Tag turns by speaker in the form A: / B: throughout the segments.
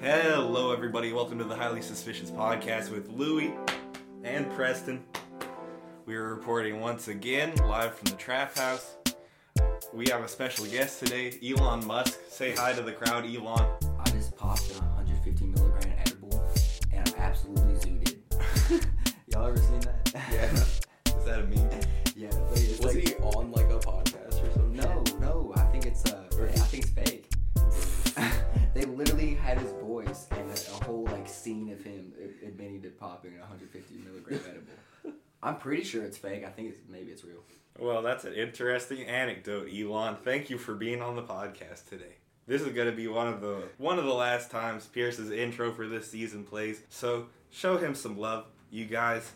A: Hello, everybody. Welcome to the Highly Suspicious Podcast with Louie and Preston. We are reporting once again live from the Trap House. We have a special guest today, Elon Musk. Say hi to the crowd, Elon.
B: I just popped a 150 milligram edible and I'm absolutely zooted. Y'all ever seen that?
A: Is that a meme?
B: yeah. It's like, it's
C: Was
B: like-
C: he on like a podcast or something?
B: No, no. I think it's uh, I think it's fake. they literally had his voice and a, a whole like scene of him a- admitting to popping a 150 milligram edible. I'm pretty sure it's fake. I think it's maybe it's real.
A: Well, that's an interesting anecdote, Elon. Thank you for being on the podcast today. This is going to be one of the one of the last times Pierce's intro for this season plays. So, show him some love, you guys,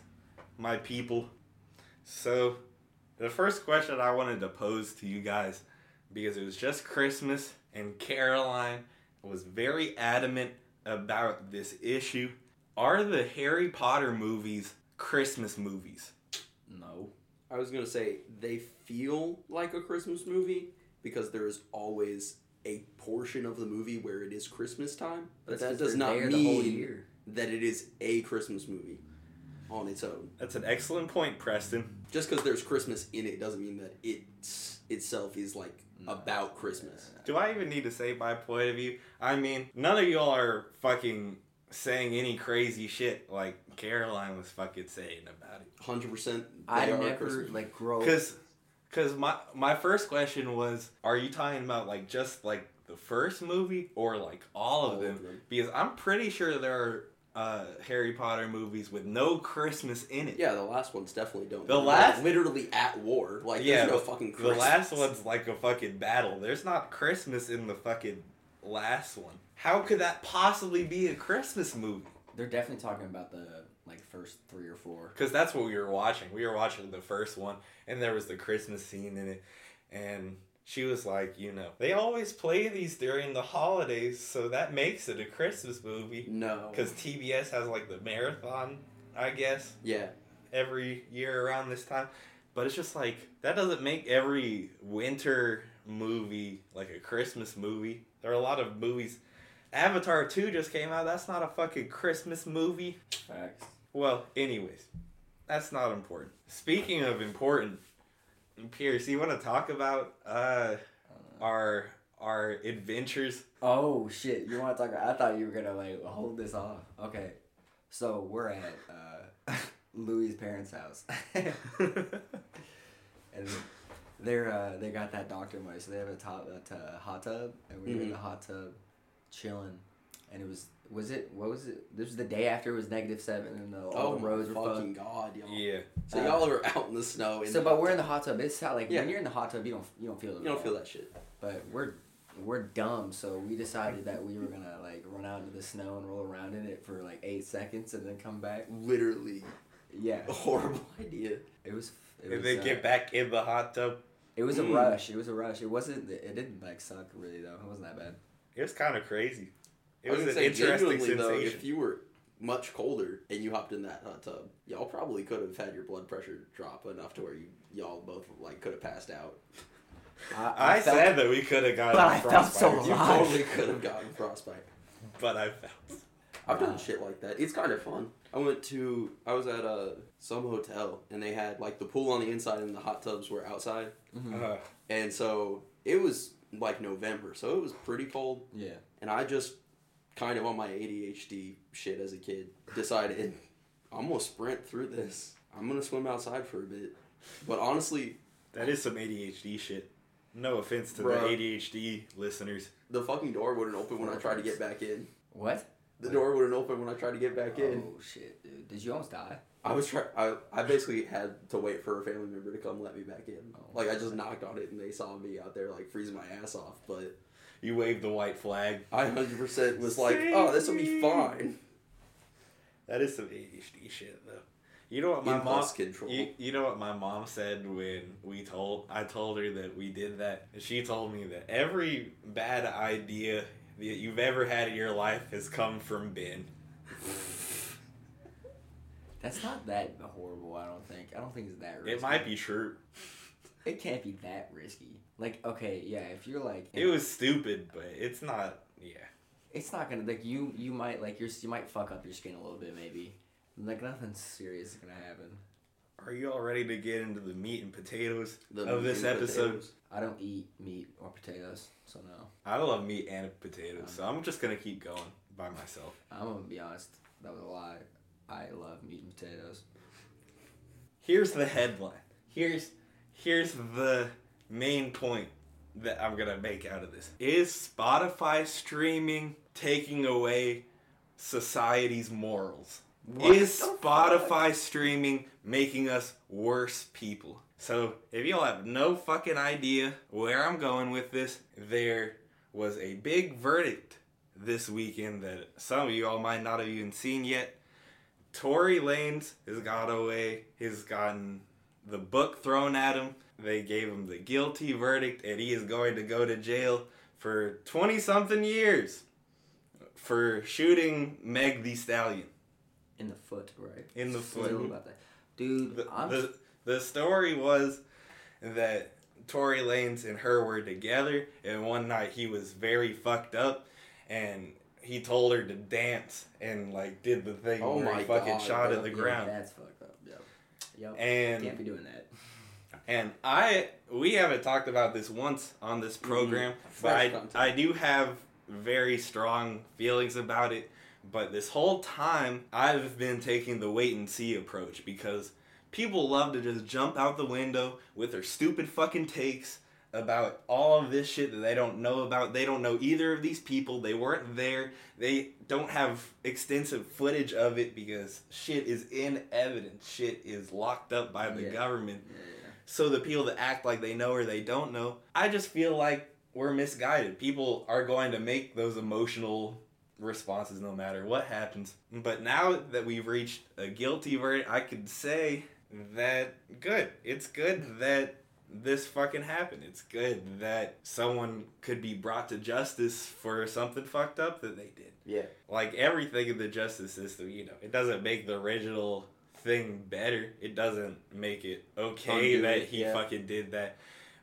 A: my people. So, the first question I wanted to pose to you guys because it was just Christmas and Caroline was very adamant about this issue. Are the Harry Potter movies Christmas movies?
B: No.
C: I was gonna say they feel like a Christmas movie because there is always a portion of the movie where it is Christmas time, but that does not
B: there the
C: mean
B: whole year.
C: that it is a Christmas movie on its own.
A: That's an excellent point, Preston.
C: Just because there's Christmas in it doesn't mean that it itself is like about Christmas.
A: Do I even need to say my point of view? I mean, none of y'all are fucking saying any crazy shit like Caroline was fucking saying about it.
C: Hundred percent,
B: I
C: they are a
B: never
C: Christmas.
B: like grow.
A: Cause, cause my my first question was, are you talking about like just like the first movie or like all of
C: All of
A: them?
C: them.
A: Because I'm pretty sure there are uh, Harry Potter movies with no Christmas in it.
C: yeah, the last ones definitely don't.
A: The
C: They're, like,
A: last-
C: literally at war. Like
A: Yeah,
C: there's no
A: the-
C: fucking
A: The
C: Christmas.
A: last one's like a fucking battle. There's not Christmas in the fucking last one. How could that possibly be a Christmas movie?
B: They're definitely talking about the like first three or four.
A: because that's what we were watching. We were watching the first one, and there was the Christmas scene in it, and she was like, you know, they always play these during the holidays, so that makes it a Christmas movie.
C: No.
A: Because TBS has like the marathon, I guess,
C: Yeah.
A: every year around this time. But it's just like that doesn't make every winter movie like a Christmas movie. There are a lot of movies. Avatar 2 just came out. That's not a fucking Christmas movie.
B: Facts.
A: Well, anyways, that's not important. Speaking of important, Pierce, you want to talk about uh, our our adventures?
B: Oh shit! You want to talk? About, I thought you were gonna like hold this off. Okay, so we're at uh, Louis's parents' house, and they're uh, they got that doctor money, so they have a top a t- hot tub, and we were
C: Mm-hmm.
B: in the hot tub, chilling, and it was was it what was it? This was the day after it was negative seven, and the, all
C: oh
B: the roads were
C: my
B: fucked.
C: fucking god, y'all.
A: yeah,
C: So y'all are out in the snow. And
B: So, but we're in the hot tub. It's how, like
C: Yeah.
B: when you're in the hot tub, you don't you don't feel it.
C: You don't feel that shit.
B: But we're we're dumb, so we decided that we were gonna like run out into the snow and roll around in it for like eight seconds and then come back.
C: Literally,
B: Yeah,
C: a horrible idea.
B: it was. It was,
A: Oh. and then
B: uh,
A: get back Hmm. in the hot tub.
B: It was a
C: Mm.
B: rush. It was a rush. It wasn't. It didn't like suck really though. It wasn't that bad.
A: It was kind of crazy. It
C: I
A: was
C: gonna
A: an
C: say,
A: interesting
C: genuinely,
A: sensation.
C: though, if you were much colder and you hopped in that hot tub, y'all probably could have had your blood pressure drop enough to where you y'all both like could have passed out.
A: I,
B: felt-
A: said that we could have gotten
B: But I felt so
A: frostbite,
C: You
B: alive.
C: totally could have gotten frostbite.
A: but I felt.
C: I've
B: Wow.
C: done shit like that. It's kind of fun. I went to I was at uh, some hotel and they had like the pool on the inside and the hot tubs were outside.
B: Hmm. Mm-hmm.
A: Uh,
C: And so it was like November, so it was pretty cold.
B: Yeah.
C: And I just kind of on my ADHD shit as a kid decided I'm gonna sprint through this. I'm gonna swim outside for a bit. But honestly,
A: that is some ADHD shit. No offense to
C: Bruh.
A: the ADHD listeners.
C: the fucking door wouldn't open when I tried to get back in.
B: What?
C: The door wouldn't open when I tried to get back in.
B: Oh shit, dude! Did you almost die?
C: I was try I, I basically had to wait for a family member to come let me back in.
A: Oh.
C: Like I just knocked on it and they saw me out there like freezing my ass off, but
A: You waved the white flag.
C: I 100% was like, "Oh, this will be fine."
A: That is some ADHD shit, though. You know what my mom
C: Impulse control.
A: You, you know what my mom said when we told I told her that we did that. She told me that every bad idea that you've ever had in your life has come from Ben.
B: That's not that horrible. I don't think. I don't think it's that risky.
A: It might be true.
B: It can't be that risky. Like okay, yeah. If you're like,
A: It was stupid, but it's not. Yeah,
D: it's not gonna like you. You might like your you might fuck up your skin a little bit maybe. Like nothing serious is gonna happen.
A: Are you all ready to get into the meat and potatoes
C: The
A: of this
C: meat and
A: episode?
C: potatoes.
D: I don't eat meat or potatoes, so no.
A: I love meat and potatoes, so I'm just gonna keep going by myself.
D: I'm gonna be honest. That was a lie. I love meat and potatoes.
A: Here's the headline. Here's here's the main point that I'm gonna make out of this. Is Spotify streaming taking away society's morals?
D: What
A: Is
D: the
A: Spotify streaming making us worse people? So, if y'all have no fucking idea where I'm going with this, there was a big verdict this weekend that some of you all might not have even seen yet. Tory Lanez has got away, he's gotten the book thrown at him. They gave him the guilty verdict, and he is going to go to jail for 20 something years for shooting Meg the Stallion.
D: In the foot, right?
A: In the
D: Still
A: foot.
D: about that. Dude,
A: The,
D: I'm
A: the, the story was that Tory Lanez and her were together, and one night he was very fucked up, and he told her to dance and like did the thing
C: Oh
A: where
C: my
A: he fucking
C: God,
A: shot at
D: Yeah,
A: the ground.
D: That's fucked up. Yep. Yep.
A: And
D: Can't be doing that.
A: And I we haven't talked about this once on this program, but
C: Fresh
A: I,
C: content.
A: I do have very strong feelings about it. But this whole time, I've been taking the wait and see approach because people love to just jump out the window with their stupid fucking takes about all of this shit that they don't know about. They don't know either of these people. They weren't there. They don't have extensive footage of it because shit is in evidence. Shit is locked up by the
D: Yeah.
A: government
D: Yeah, yeah.
A: so the people that act like they know or they don't know i just feel like we're misguided people are going to make those emotional responses no matter what happens but now that we've reached a guilty verdict i could say that good it's good that this fucking happened it's good that someone could be brought to justice for something fucked up that they did
C: Yeah.
A: like everything in the justice system, you know, it doesn't make the original thing better. It doesn't make it okay
C: Undo
A: that
C: it,
A: he
C: yeah.
A: fucking did that.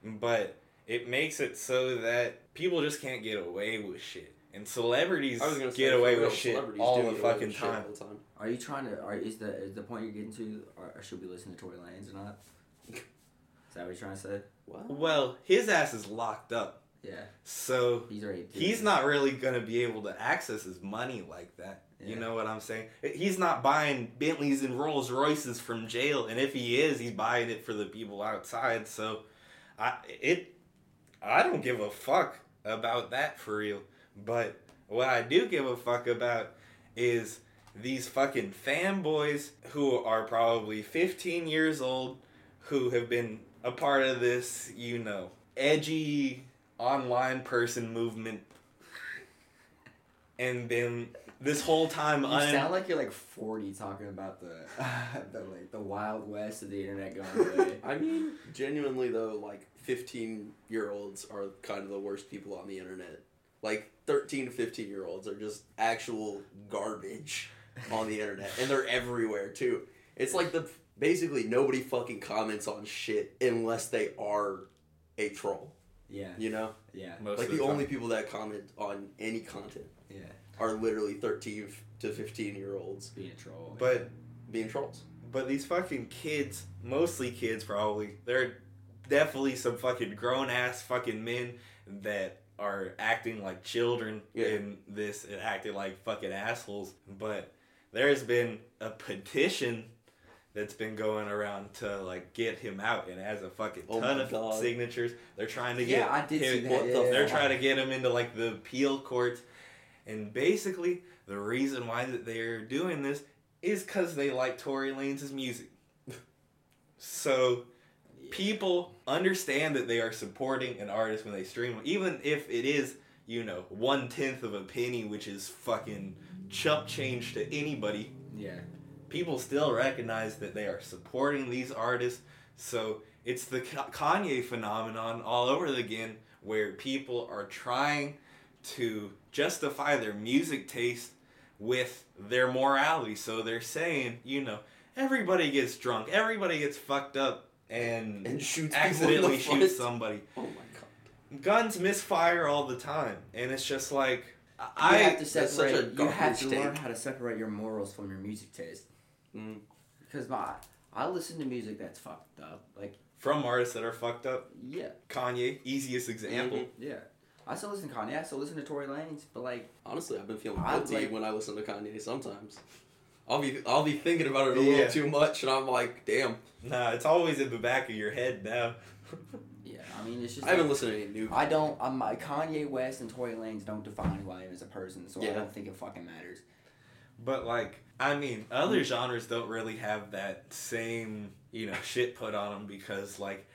A: But it makes it so that people just can't get away with shit. And celebrities
C: I was gonna
A: get
C: say,
A: away
C: for real,
A: with shit
C: celebrities
A: all
C: do
A: the
C: get away with
A: fucking
C: shit all
A: time.
C: the time.
D: Are you trying to? Are is the is the point you're getting to? Or, or should we listen to Tory Lanez or not? Is that what you're trying to say?
C: What?
A: Well, his ass is locked up.
D: Yeah.
A: So
D: He's already.
A: He's not really gonna be able to access his money like that. You
D: Yeah.
A: know what I'm saying? He's not buying Bentleys and Rolls Royces from jail, and if he is, he's buying it for the people outside. So, I it, I don't give a fuck about that for real. But what I do give a fuck about is these fucking fanboys who are probably 15 years old, who have been a part of this, you know, edgy online person movement. And then this whole time,
D: You
A: I'm,
D: sound like you're like 40 talking about the, the like the wild west of the internet going away.
C: I mean, genuinely though, like fifteen year olds are kind of the worst people on the internet. Like 13 to 15 year olds are just actual garbage on the internet. And they're everywhere too. It's like the basically nobody fucking comments on shit unless they are a troll.
D: yeah.
C: You know?
D: Yeah.
A: Most
C: like
A: of
C: the,
A: time.
C: only people that comment on any content
D: Yeah.
C: are literally 13 to 15 year olds
D: Being a troll.
A: But
C: being trolls.
A: but these fucking kids, mostly kids probably, they're definitely some fucking grown ass fucking men that are acting like children
C: Yeah.
A: in this and acting like fucking assholes. But there's been a petition that's been going around to like get him out and it has a fucking
C: Oh
A: ton
C: my
A: of
C: God.
A: signatures. They're trying to
D: yeah,
A: get
D: I did see
A: him-
D: that.
C: what the-
D: yeah, yeah,
A: they're
D: yeah.
A: trying to get him into like the appeal courts, and basically the reason why that they're doing this is because they like Tory Lanez's music. So people understand that they are supporting an artist when they stream, even if it is you know one tenth of a penny, which is fucking chump change to anybody
D: Yeah.
A: people still recognize that they are supporting these artists. So it's the Ka- Kanye phenomenon all over again, where people are trying to justify their music taste with their morality. So they're saying, you know, everybody gets drunk, everybody gets fucked up, and,
C: And shoots
A: accidentally
C: people in the Oh
A: shoots
C: foot.
A: somebody.
C: Oh my god.
A: Guns misfire all the time, and it's just like I
B: have to
C: that's such a
B: separate. You have
C: garbage
B: to learn
C: take.
B: how to separate your morals from your music taste.
C: Mm.
B: Because my, I listen to music that's fucked up. Like,
A: from artists that are fucked up.
B: yeah,
A: Kanye, easiest example.
C: Mhm.
B: yeah. I still listen to Kanye. I still listen to Tory Lanez. But like,
C: Honestly, I've been feeling
B: I
C: guilty
B: like-
C: when I listen to Kanye sometimes. I'll be I'll be thinking about it a little
A: Yeah.
C: too much, and I'm like, damn,
A: Nah, it's always in the back of your head now.
B: yeah. I mean, it's just.
C: I haven't listened to any new.
B: I don't. I'm I- Kanye West and Tory Lanez don't define who I am as a person, so I
C: Yeah.
B: don't think it fucking matters.
A: But like, I mean, other genres don't really have that same you know shit put on them because like,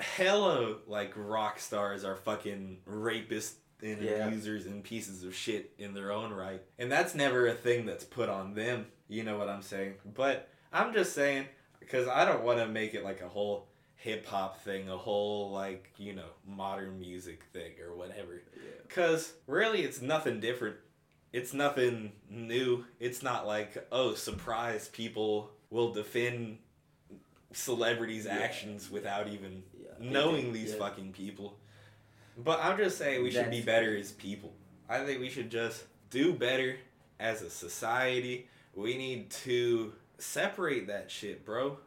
A: hella like rock stars are fucking rapists and
C: Yeah.
A: abusers and pieces of shit in their own right, and that's never a thing that's put on them. You know what I'm saying? But I'm just saying because I don't want to make it like a whole hip hop thing, a whole like you know modern music thing or whatever.
B: Yeah.
A: Because really, it's nothing different. It's nothing new. It's not like, oh, surprise, people will defend celebrities'
C: Yeah.
A: actions without even
B: Yeah.
A: knowing these
C: yeah.
A: fucking people. But I'm just saying we should be
B: That's-
A: better as people. I think we should just do better as a society. We need to separate that shit, bro.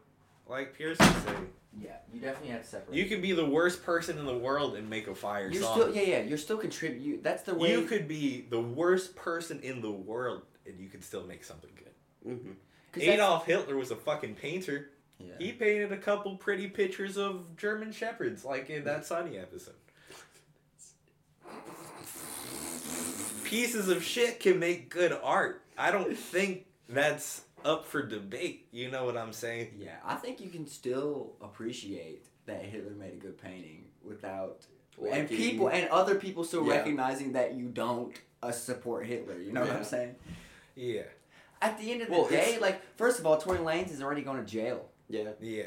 A: Like Pierce was saying,
B: Yeah, you definitely have to separate.
A: you can be the worst person in the world and make a fire
B: You're
A: song.
B: still, yeah, yeah. You're still contribute. you- That's the way.
A: You could be the worst person in the world and you could still make something good.
C: 'Cause
B: 'cause that's-
A: Adolf Hitler was a fucking painter.
B: Yeah.
A: He painted a couple pretty pictures of German shepherds, like in that Sunny episode. Pieces of shit can make good art. I don't think that's up for debate. You know what I'm saying?
B: Yeah, I think you can still appreciate that Hitler made a good painting without and
C: liking-
B: people and other people still
C: Yeah.
B: recognizing that you don't uh, support Hitler. You know what
C: Yeah.
B: I'm saying?
A: Yeah,
B: At the end of the
C: Well,
B: day,
C: it's-
B: like first of all, Tory Lanez is already going to jail.
C: Yeah,
A: yeah.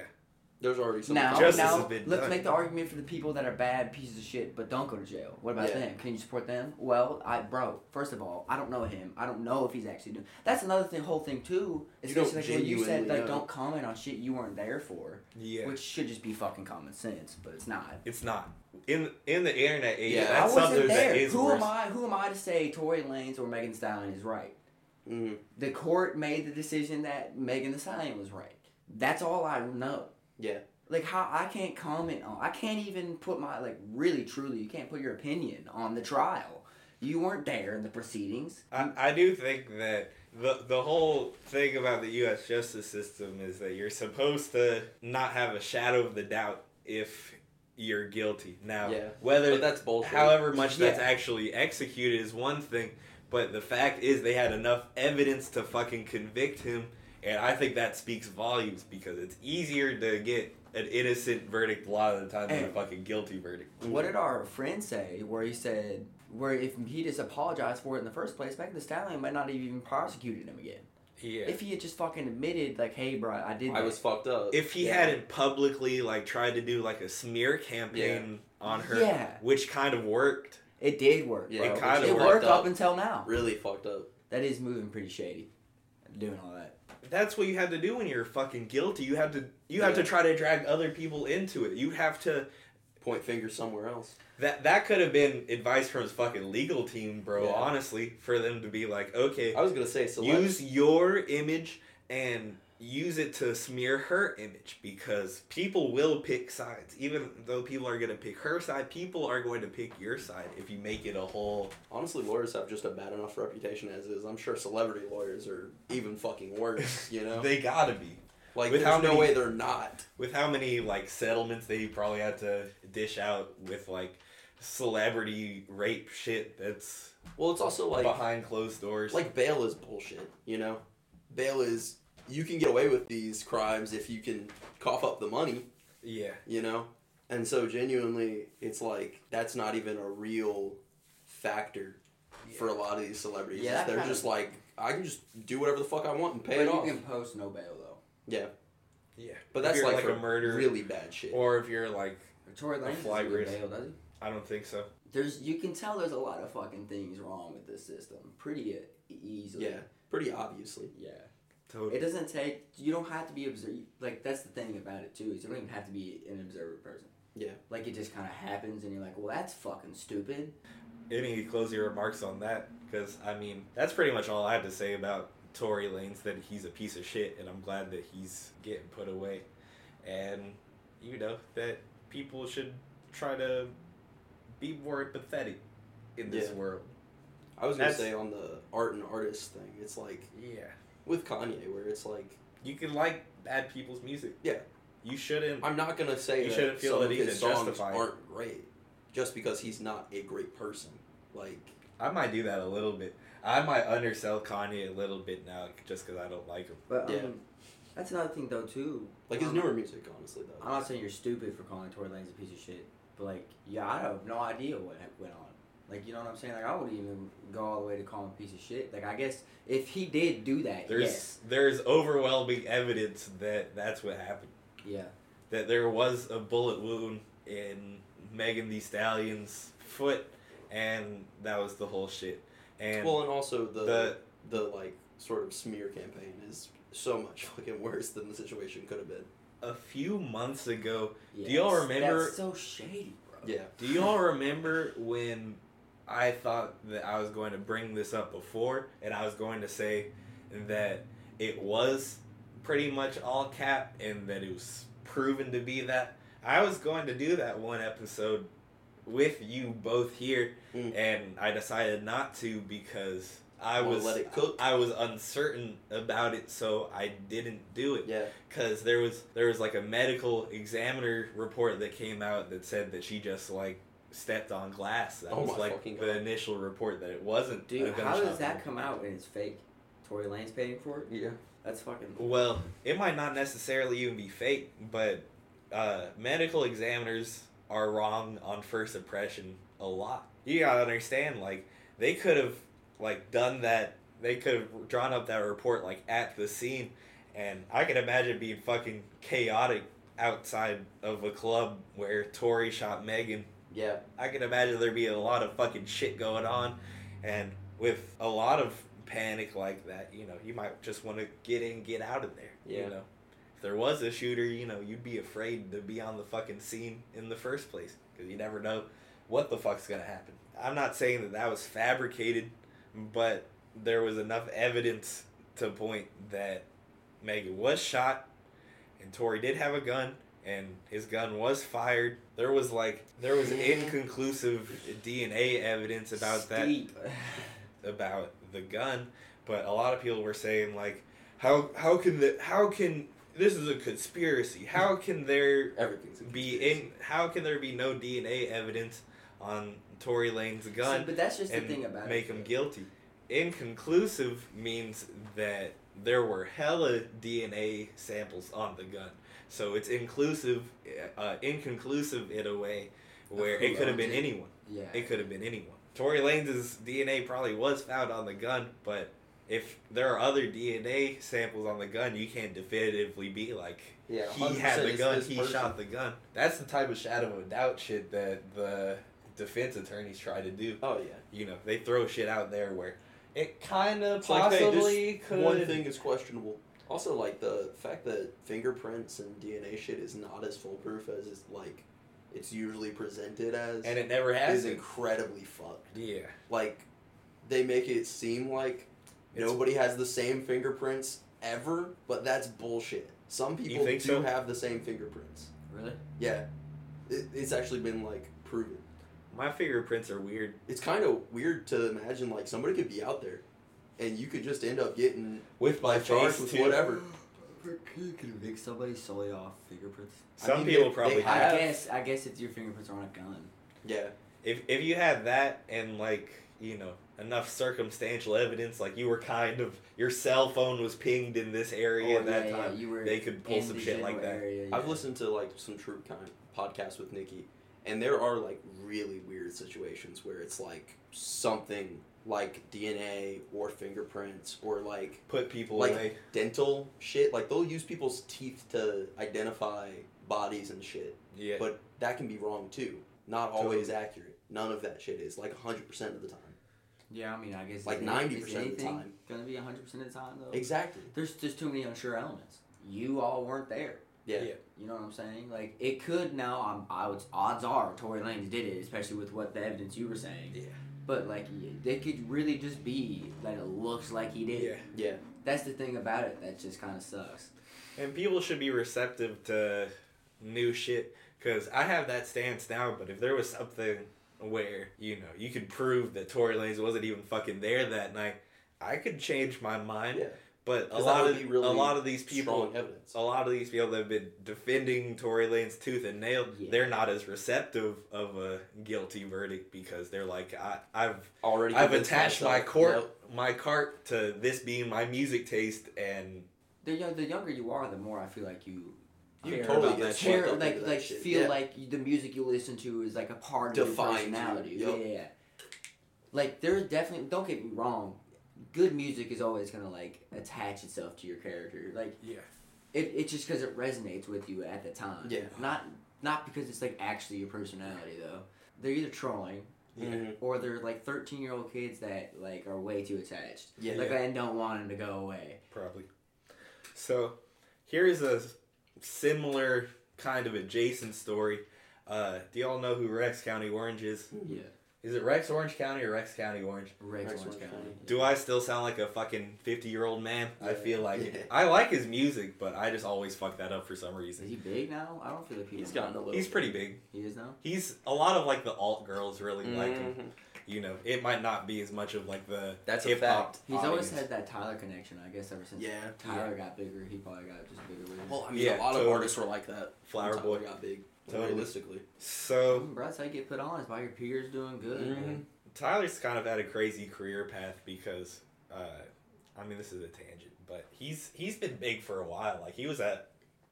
C: there's already some.
B: Now,
A: justice
B: now
A: has been
B: let's
A: done.
B: make the argument for the people that are bad pieces of shit but don't go to jail. What about
C: Yeah.
B: them? Can you support them? Well, I bro, first of all, I don't know him. I don't know if he's actually doing. That's another thing. Whole thing too. is
C: You
B: basically
C: don't
B: like what you said.
C: genuinely
B: Like,
C: know.
B: don't comment on shit you weren't there for.
A: Yeah.
B: Which should just be fucking common sense, but it's not.
A: It's not. In in the internet age,
C: Yeah,
A: that's
B: I wasn't
A: something that
B: there.
A: is
B: Who
A: worse.
B: am I? Who am I to say Tory Lanez or Megan Thee Stallion is right?
C: Mhm.
B: The court made the decision that Megan Thee Stallion was right. That's all I know.
C: Yeah.
B: Like how I can't comment on. I can't even put my like really truly. You can't put your opinion on the trial. You weren't there in the proceedings.
A: I, I do think that the the whole thing about the U.S. justice system is that you're supposed to not have a shadow of the doubt if you're guilty. Now,
C: Yeah.
A: whether
C: But that's bullshit.
A: however much that's
B: Yeah.
A: actually executed is one thing, but the fact is they had enough evidence to fucking convict him, and I think that speaks volumes because it's easier to get an innocent verdict a lot of the time than a
B: And-
A: fucking guilty verdict.
C: Mm-hmm.
B: What did our friend say? Where he said, where if he just apologized for it in the first place, Megan Thee Stallion might not have even prosecuted him again.
A: Yeah.
B: If he had just fucking admitted, like, hey, bro, I did.
C: I
B: that.
C: was fucked up.
A: if he
C: Yeah.
A: hadn't publicly like tried to do like a smear campaign on her
B: Yeah.
A: which kind of worked
B: It did work.
C: Yeah,
B: bro.
A: it kinda
B: it
A: worked
B: worked up
C: out.
B: until now.
C: really fucked up.
B: That is moving pretty shady. Doing all that.
A: that's what you have to do when you're fucking guilty you have to you have to
C: Yeah.
A: try to drag other people into it you have to
C: Point fingers somewhere else.
A: that that could have been advice from his fucking legal team bro
C: Yeah.
A: honestly for them to be like okay
C: I was gonna say
A: use
C: celebs.
A: your image and use it to smear her image because people will pick sides even though people are going to pick her side people are going to pick your side if you make it a whole
C: Honestly, lawyers have just a bad enough reputation as is. I'm sure celebrity lawyers are even fucking worse. You know,
A: They gotta be.
C: like
A: with
C: there's
A: how
C: no
A: many-
C: way they're not.
A: With how many like settlements they probably had to dish out with like celebrity rape shit that's
C: Well, it's also like
A: behind closed doors.
C: like bail is bullshit. You know, bail is you can get away with these crimes if you can cough up the money.
A: yeah.
C: you know and so genuinely it's like that's not even a real factor for a lot of these celebrities
B: Yeah, that
C: they're
B: kinda-
C: just like i can just do whatever the fuck i want and pay
B: But
C: it
B: you
C: off
B: can post no bail though.
C: yeah
A: Yeah.
C: but
A: If
C: that's
A: you're,
C: like,
A: like
C: for
A: a murder
C: really bad shit
A: or if you're like
B: Tory Lanez
A: fly
B: doesn't get
A: wrist.
B: bail, does he?
A: I don't think so.
B: There's you can tell there's a lot of fucking things wrong with this system pretty e- easily.
C: yeah pretty obviously
B: Yeah.
A: Totally.
B: It doesn't take. You don't have to be observe. Like that's the thing about it too is you don't even have to be an observer person.
C: Yeah.
B: Like it just kind of happens and you're like, well, that's fucking stupid.
A: any closing remarks on that? Because I mean, that's pretty much all I have to say about Tory Lanez. That he's a piece of shit, and I'm glad that he's getting put away. And you know that people should try to be more empathetic in this
C: Yeah.
A: world.
C: I was gonna
A: That's-
C: say on the art and artist thing, it's like
A: Yeah,
C: with Kanye, where it's like
A: you can like bad people's music.
C: Yeah.
A: you shouldn't.
C: I'm not gonna say
A: You
C: that
A: shouldn't feel
C: some
A: that
C: of
A: he's
C: his songs
A: justified.
C: aren't great just because he's not a great person. Like
A: I might do that a little bit. I might undersell Kanye a little bit now just because I don't like him.
B: But um,
C: Yeah.
B: that's another thing though too.
C: like his
B: Um,
C: newer music, honestly though.
B: I'm not saying you're stupid for calling Tory Lanez a piece of shit, but like, yeah, I have no idea what ha- went on. Like, you know what I'm saying? Like, I wouldn't even go all the way to call him a piece of shit. Like, I guess if he did do that,
A: There's
B: yes,
A: there's overwhelming evidence that that's what happened.
B: yeah,
A: That there was a bullet wound in Megan the Stallion's foot, and that was the whole shit. And
C: well, and also the,
A: the-
C: the like sort of smear campaign is so much fucking worse than the situation could have been.
A: a few months ago,
B: yes.
A: y'all remember-
B: That's so shady, bro.
C: Yeah.
A: do y'all remember when I thought that I was going to bring this up before, and I was going to say that it was pretty much all cap, and that it was proven to be that. I was going to do that one episode with you both here,
C: Mm.
A: and I decided not to because I
C: Wanna
A: was
C: let it cook.
A: I was uncertain about it, so I didn't do it
C: Yeah.
A: because there was there was like a medical examiner report that came out that said that she just like stepped on glass. That
C: Oh
A: was
C: my
A: like
C: fucking
A: the
C: God.
A: initial report that it wasn't. a
B: Dude, how
A: gunshot
B: does that
A: wound.
B: come out and it's fake? Tory Lanez paying for it?
C: Yeah.
B: That's fucking.
A: Well, it might not necessarily even be fake, but uh, medical examiners are wrong on first impression a lot. You gotta understand, like they could have like done that. They could have drawn up that report like at the scene, and I can imagine being fucking chaotic outside of a club where Tori shot Megan.
C: Yeah.
A: I can imagine there being a lot of fucking shit going on, and with a lot of panic like that, you know, you might just want to get in, get out of there.
C: Yeah.
A: You know, if there was a shooter, you know, you'd be afraid to be on the fucking scene in the first place because you never know what the fuck's gonna happen. I'm not saying that that was fabricated, but there was enough evidence to point that Megan was shot, and Tori did have a gun, and his gun was fired. There was like there was inconclusive DNA evidence about that
B: steep.
A: about the gun, but a lot of people were saying like, how how can the how can this is a conspiracy? How can there
C: Everything's a
A: be
C: conspiracy.
A: in? How can there be no DNA evidence on Tory Lane's gun?
B: See, but that's just the
A: and
B: thing about
A: make
B: it.
A: him guilty. Inconclusive means that there were hella DNA samples on the gun, so it's inclusive, uh, inconclusive in a way where
B: who
A: it could have
B: owned
A: been
B: it.
A: anyone.
B: Yeah.
A: It could have been anyone. Tory Lanez's DNA probably was found on the gun, but if there are other DNA samples on the gun, you can't definitively be like
C: Yeah.
A: he had
C: 100%
A: the
C: it's
A: gun,
C: this
A: he
C: person.
A: shot the gun. That's the type of shadow of doubt shit that the defense attorneys try to do
C: Oh yeah.
A: you know, they throw shit out there where it kind of
C: It's like, hey, this
A: possibly could.
C: One thing is questionable. Also, like the fact that fingerprints and DNA shit is not as foolproof as it's like it's usually presented as,
A: and it never
C: is
A: happened.
C: incredibly fucked.
A: Yeah,
C: Like they make it seem like
A: It's-
C: nobody has the same fingerprints ever, but that's bullshit. Some people
A: think
C: do
A: so?
C: have the same fingerprints.
B: Really?
C: Yeah, it, it's actually been like proven.
A: my fingerprints are weird.
C: It's kind of weird to imagine like somebody could be out there, and you could just end up getting
A: With my
C: like charged
A: face
C: with
A: too.
C: whatever.
B: Can you convict somebody solely off fingerprints?
A: Some
C: I mean,
A: people
C: they- they
A: probably
C: have-
A: have.
B: I guess I guess if your fingerprints are on a gun.
C: Yeah.
A: If if you had that and like you know enough circumstantial evidence, like you were kind of your cell phone was pinged in this area
C: Oh,
B: Or,
A: at that
B: yeah, yeah,
A: time,
B: you were
A: they could pull
B: in
A: some
B: the
A: shit like
B: general
A: that.
B: area,
C: I've
B: yeah.
C: listened to like some true crime podcasts with Nikki, and there are like really weird situations where it's like something like DNA or fingerprints or like
A: put people
C: Like-
A: away.
C: dental shit. Like they'll use people's teeth to identify bodies and shit,
A: Yeah,
C: but that can be wrong too. Not
A: Totally.
C: always accurate. None of that shit is like 100% of the time.
B: Yeah, I mean, I guess
C: Like
B: is it-
C: 90%
B: is
C: of the
B: anything
C: time.
B: Gonna be hundred percent of the time though.
C: Exactly.
B: There's just too many unsure elements. You all weren't there.
C: Yeah.
A: Yeah.
B: You know what I'm saying? Like it could now. I'm. I would. Odds are, Tory Lanez did it, especially with what the evidence you were saying.
A: Yeah.
B: But like y- they could really just be that it looks like he did.
A: Yeah.
C: Yeah.
B: That's the thing about it that just kind of sucks.
A: And people should be receptive to new shit because I have that stance now. But if there was something where you know you could prove that Tory Lanez wasn't even fucking there that night, I could change my mind.
C: Yeah.
A: But a
C: 'Cause that
A: lot
C: would
A: of
C: be really
A: a lot of these people,
C: Strong evidence.
A: a lot of these people that have been defending Tory Lanez tooth and nail,
B: Yeah.
A: they're not as receptive of a guilty verdict because they're like, I, I've
C: Already.
A: I've
C: convinced
A: attached my
C: myself.
A: court
C: Yep.
A: my cart to this being my music taste and
B: The yo- the younger you are, the more I feel like you.
C: You
B: care
C: totally
B: about
C: get
B: that
C: swept
B: care,
C: up into
B: like
C: that
B: like
C: shit.
B: feel
C: Yeah.
B: like you- the music you listen to is like a part of
C: Defines you.
B: your personality.
C: Yup.
B: Yeah, yeah, yeah. Like there's definitely don't get me wrong, good music is always gonna like attach itself to your character. Like
A: Yeah.
B: it, it's just because it resonates with you at the time.
C: Yeah.
B: Not not because it's like actually your personality though. They're either trolling
C: Mhm.
B: or they're like thirteen year old kids that like are way too attached.
C: Yeah.
B: like and don't want him to go away.
A: Probably. So, here is a similar kind of adjacent story. Uh, do y'all know who Rex County Orange is?
B: Yeah.
A: Is it Rex Orange County or Rex County Orange?
B: Rex,
C: Mm-hmm. Rex
B: Orange
C: Orange
B: County.
C: County.
A: Do I still sound like a fucking 50 year old man? I
C: Yeah.
A: feel like
C: Yeah.
A: it. I like his music, but I just always fuck that up for some
B: Is
A: reason.
B: he big now? I don't feel like he
C: He's
B: is.
C: gotten a little.
A: He's pretty big.
B: He is now.
A: He's a lot of like the alt girls really like him.
C: Mhm.
A: You know, it might not be as much of like the
C: That's a
A: hip hop.
C: fact.
B: He's always
A: audience.
B: had that Tyler connection, I guess. Ever since
C: Yeah.
B: Tyler got bigger, he probably got just bigger with him.
C: Well, I mean,
A: Yeah,
C: a lot
A: totally.
C: of artists were like that.
A: Flower
C: Tyler
A: Boy.
C: got big.
A: Totally.
C: Realistically.
A: So
B: Mm, bro, Mm-hmm. that's how you get put on. It's by your peers doing good.
C: Mhm.
B: man.
A: Tyler's kind of had a crazy career path because, uh, I mean, this is a tangent, but he's he's been big for a while. Like he was a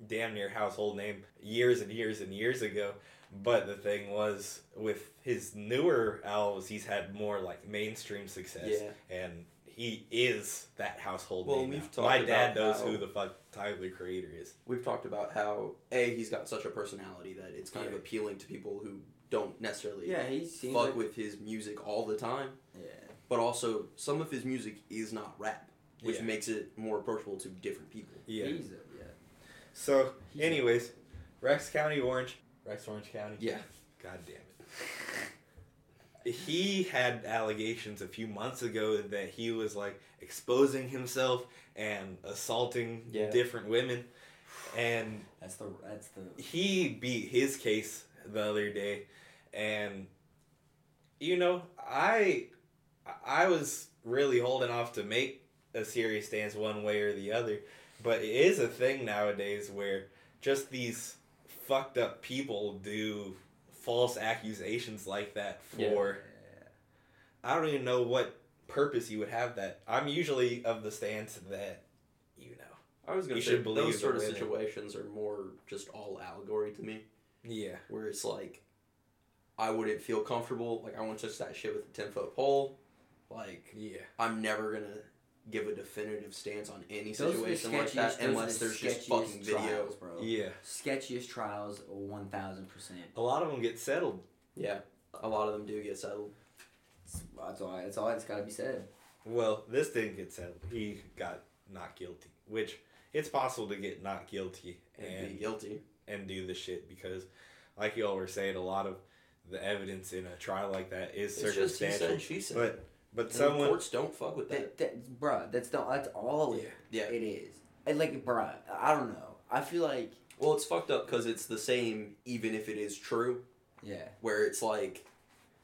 A: damn near household name years and years and years ago. But the thing was, with his newer albums, he's had more like mainstream success,
C: Yeah.
A: and he is that household
C: Well,
A: name.
C: we've
A: now.
C: talked
A: My dad
C: about
A: knows
C: how-
A: who the fuck Tyler the Creator is.
C: We've talked about how a he's got such a personality that it's kind of
A: Yeah.
C: appealing to people who don't necessarily
B: Yeah, he seems
C: fuck
B: like
C: with his music all the time.
B: yeah.
C: But also, some of his music is not rap, which
A: Yeah.
C: makes it more approachable to different people.
A: Yeah.
B: He's a, yeah.
A: so,
B: he's a-
A: anyways, Rex County Orange. Rex Orange County.
C: Yeah.
A: God damn it. He had allegations a few months ago that he was like exposing himself and assaulting
C: Yeah.
A: different women. And
B: That's the that's the
A: he beat his case the other day. And you know, I I was really holding off to make a serious stance one way or the other, but it is a thing nowadays where just these fucked up people do false accusations like that
C: Yeah.
A: for I don't even know what purpose you would have that. I'm usually of the stance that you know.
C: I was
A: gonna
C: gonna
A: You say,
C: say
A: should believe
C: those sort of
A: the women.
C: situations are more just all allegory to me,
A: Yeah.
C: where it's like I wouldn't feel comfortable. Like I won't touch that shit with a ten foot pole. Like
A: Yeah.
C: I'm never gonna give a definitive stance on any
B: Those are the
C: situation like
B: sketchiest-
C: that
B: those are
C: unless
B: the
C: there's just
B: sketchiest
C: fucking video.
B: trials, bro.
A: Yeah.
B: Sketchiest trials, one thousand percent.
A: A lot of them get settled.
C: Yeah, a lot of them do get settled.
B: That's all. That's all that's got to be said.
A: Well, this didn't get settled. He got not guilty, which it's possible to get not guilty
C: and be
A: and
C: guilty.
A: and do the shit because, like y'all were saying, a lot of the evidence in a trial like that is
C: It's just he
A: circumstantial.
C: said, she said.
A: But but
C: And the
A: someone
C: courts don't fuck with
B: That,
C: that.
B: that, bruh, that's the, that's all it-
C: Yeah.
B: it is. And, like, bruh, I don't know. I feel like
C: Well, it's fucked up because it's the same, even if it is true,
B: yeah,
C: where it's like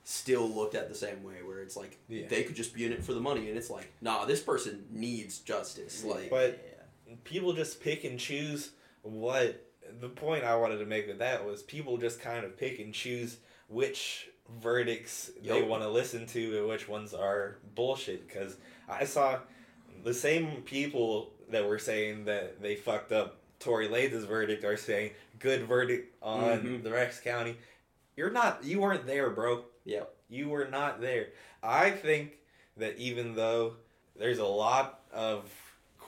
C: still looked at the same way, where it's like
A: Yeah.
C: they could just be in it for the money, and it's like, nah, this person needs justice. Like,
A: But-
B: yeah.
A: people just pick and choose what the point I wanted to make with that was people just kind of pick and choose which verdicts they
C: Yup.
A: want to listen to and which ones are bullshit because I saw the same people that were saying that they fucked up Tory Lanez's verdict are saying good verdict on
C: Mhm.
A: the Rex County. You're not you weren't there, bro.
C: Yep.
A: You were not there. I think that even though there's a lot of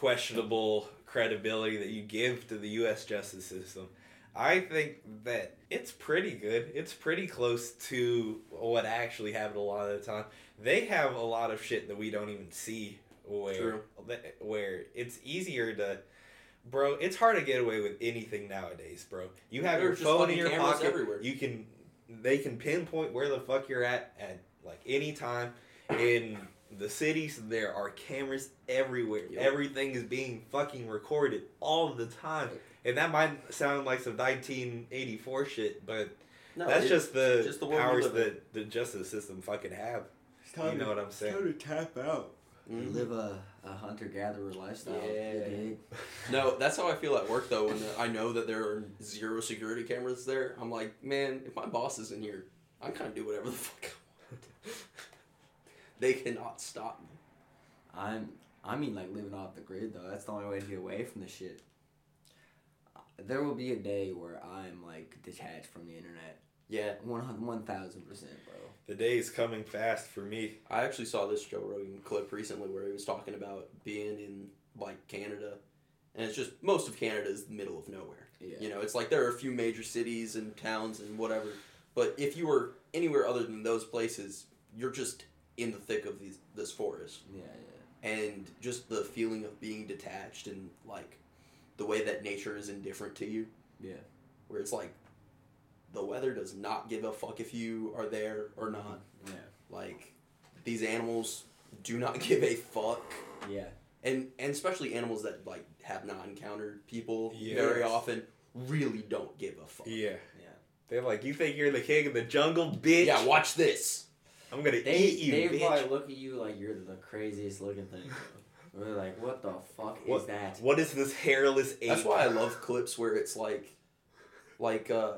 A: questionable credibility that you give to the US justice system, I think that it's pretty good. It's pretty close to what actually happened a lot of the time. They have a lot of shit that we don't even see where
C: True.
A: that- where it's easier to bro, it's hard to get away with anything nowadays, bro. You have
C: There's
A: your
C: just
A: phone in
C: fucking
A: your
C: cameras
A: pocket.
C: everywhere.
A: You can they can pinpoint where the fuck you're at at Like anytime in the cities, there are cameras everywhere.
C: Yep.
A: Everything is being fucking recorded all the time. And that might sound like some 1984 shit, but
C: No,
A: that's
C: it-
A: just the,
C: just the world we
A: powers
C: live in.
A: that the justice system fucking have. You know what I'm saying?
D: to tap out.
C: Mhm.
D: Live a, a hunter gatherer lifestyle.
B: Yeah.
D: You dig?
C: No, that's how I feel at work though. When I know that there are zero security cameras there, I'm like, man, if my boss is in here, I kind of do whatever the fuck I want. they cannot stop me.
B: I'm
D: I mean, like living off the grid though. That's the only way to get away from the shit. Uh, There will be a day where I'm like detached from the internet.
C: Yeah,
D: One one thousand percent, bro.
A: The day is coming fast for me.
C: I actually saw this Joe Rogan clip recently where he was talking about being in like Canada, and it's just most of Canada is the middle of nowhere.
D: Yeah.
C: You know, it's like there are a few major cities and towns and whatever, but if you were anywhere other than those places, you're just in the thick of these this forest.
D: Yeah,
C: and just the feeling of being detached and like the way that nature is indifferent to you.
D: Yeah.
C: Where it's like the weather does not give a fuck if you are there or not.
D: yeah,
C: Like these animals do not give a fuck.
D: yeah, yeah.
C: And and especially animals that like have not encountered people
A: Yes.
C: very often really don't give a fuck.
A: Yeah.
B: Yeah.
A: They're like, you think you're the king of the jungle, bitch?
C: Yeah, watch this.
A: I'm gonna
B: They
A: eat you,
B: they
A: bitch.
B: probably look at you like you're the craziest looking thing. bro. We're like, what the fuck is
A: What-
B: that?
A: What is this hairless ape?
C: That's why I love clips where it's like, like uh,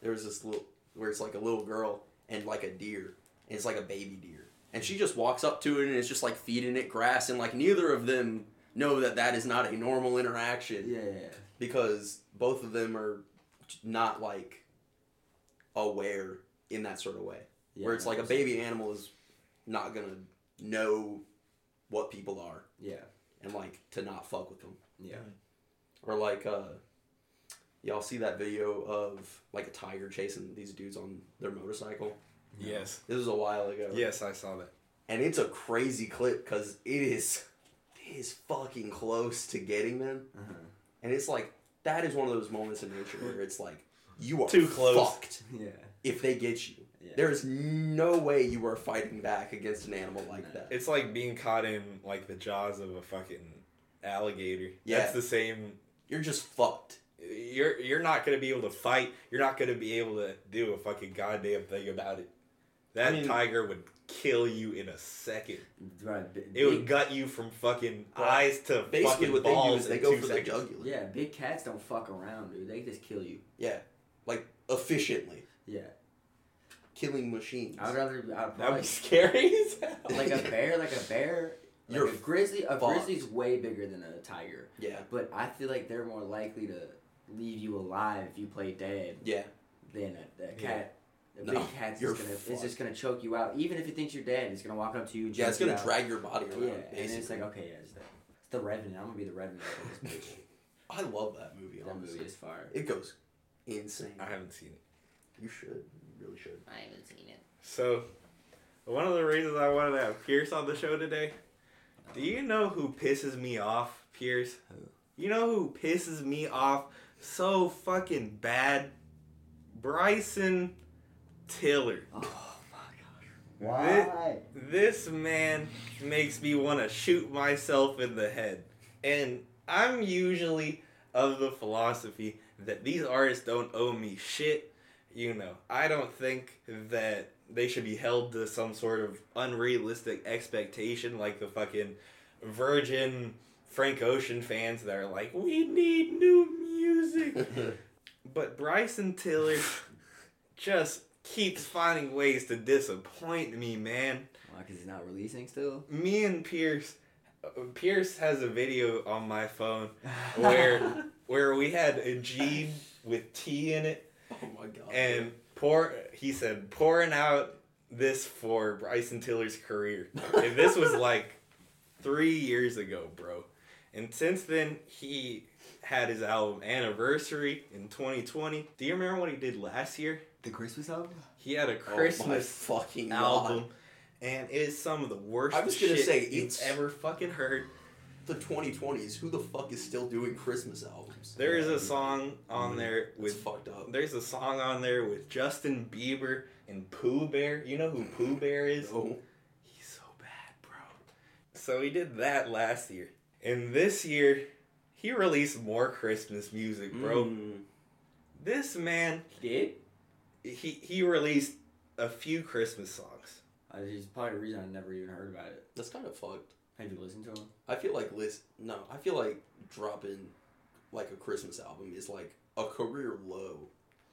C: there was this little where it's like a little girl and like a deer, and it's like a baby deer, and she just walks up to it and it's just like feeding it grass, and like neither of them know that that is not a normal interaction
B: Yeah, yeah, yeah.
C: because both of them are not like aware in that sort of way,
B: yeah
C: where it's like a baby animal is not gonna know what people are
B: Yeah,
C: and like to not fuck with them
B: yeah.
C: or like uh y'all see that video of like a tiger chasing these dudes on their motorcycle
A: Yes.
C: this was a while ago
A: Yes, I saw that.
C: and it's a crazy clip because it is it is fucking close to getting them
B: Uh-huh.
C: and it's like that is one of those moments in nature where it's like you are
A: Too close.
C: fucked
B: Yeah.
C: if they get you
B: yeah.
C: there is no way you are fighting back against an animal like
B: No.
C: that
A: It's like being caught in like the jaws of a fucking alligator.
C: Yeah.
A: That's the same.
C: you're just fucked
A: You're you're not gonna be able to fight. You're not gonna be able to do a fucking goddamn thing about it. That
C: I mean-
A: tiger would kill you in a second.
B: Right, b-
A: It would
B: big-
A: gut you from fucking
C: Well,
A: eyes to
C: basically
A: fucking
C: what they do
A: balls
C: is they
A: in
C: go
A: two
C: for
A: seconds.
C: the jugular
B: Yeah, big cats don't fuck around, dude. They just kill you.
C: yeah like efficiently
B: Yeah.
C: killing machines
B: I'd rather I'd
A: That
B: probably,
A: would be scary as hell.
B: like a bear, like a bear. Like
C: You're
B: a grizzly. A
C: fucked.
B: grizzly's way bigger than a tiger,
C: yeah
B: but I feel like they're more likely to leave you alive if you play dead
C: Yeah.
B: than a, a
A: Yeah.
B: cat. A
C: No,
B: big cat's
C: you're
B: just gonna
C: fucked.
B: it's just gonna choke you out, even if it thinks you're dead. It's gonna walk up to you.
C: Yeah,
B: choke
C: it's gonna
B: you out.
C: drag your body around.
B: Yeah,
C: basically.
B: and it's like okay, yeah, it's the, it's the revenant. I'm gonna be the revenant. of this bitch.
C: I love that movie.
B: that
C: Honestly,
B: movie is fire.
C: it goes insane.
A: I haven't seen it.
C: You should, you really should.
B: I haven't seen it.
A: So, one of the reasons I wanted to have Pierce on the show today. Do you know who pisses me off, Pierce?
D: Who?
A: You know who pisses me off so fucking bad? Bryson Tiller.
D: Oh my
A: Why? This man makes me want to shoot myself in the head. And I'm usually of the philosophy that these artists don't owe me shit. You know, I don't think that they should be held to some sort of unrealistic expectation like the fucking virgin Frank Ocean fans that are like, we need new music. But Bryson Tiller just keeps finding ways to disappoint me, man.
D: Because he's not releasing still.
A: Me and Pierce, uh, Pierce has a video on my phone where where we had a Gene with tea in it,
C: oh my god.
A: and pour. He said pouring out this for Bryson Tiller's career, and this was like three years ago, bro. And since then, he had his album anniversary in 2020. Do you remember what he did last year?
D: The Christmas album.
A: He had a
C: Oh my
A: Christmas
C: fucking
A: album,
C: God.
A: and it is some of the worst
C: I was gonna
A: shit
C: say,
A: you've
C: it's-
A: ever fucking heard.
C: the 2020s, who the fuck is still doing Christmas albums?
A: There is a song on there
C: Mm-hmm. It's
A: with
C: fucked up.
A: there's a song on there with Justin Bieber and Pooh Bear. You know who Pooh Bear is?
C: No.
A: He's so bad, bro. So he did that last year. And this year, he released more Christmas music, bro.
C: Mm.
A: This man,
B: He did?
A: he he released a few Christmas songs.
B: Uh, It's probably the reason I never even heard about it.
C: That's kind of fucked.
B: Have you listened to him?
C: I feel like list. No, I feel like dropping like a Christmas album is like a career low.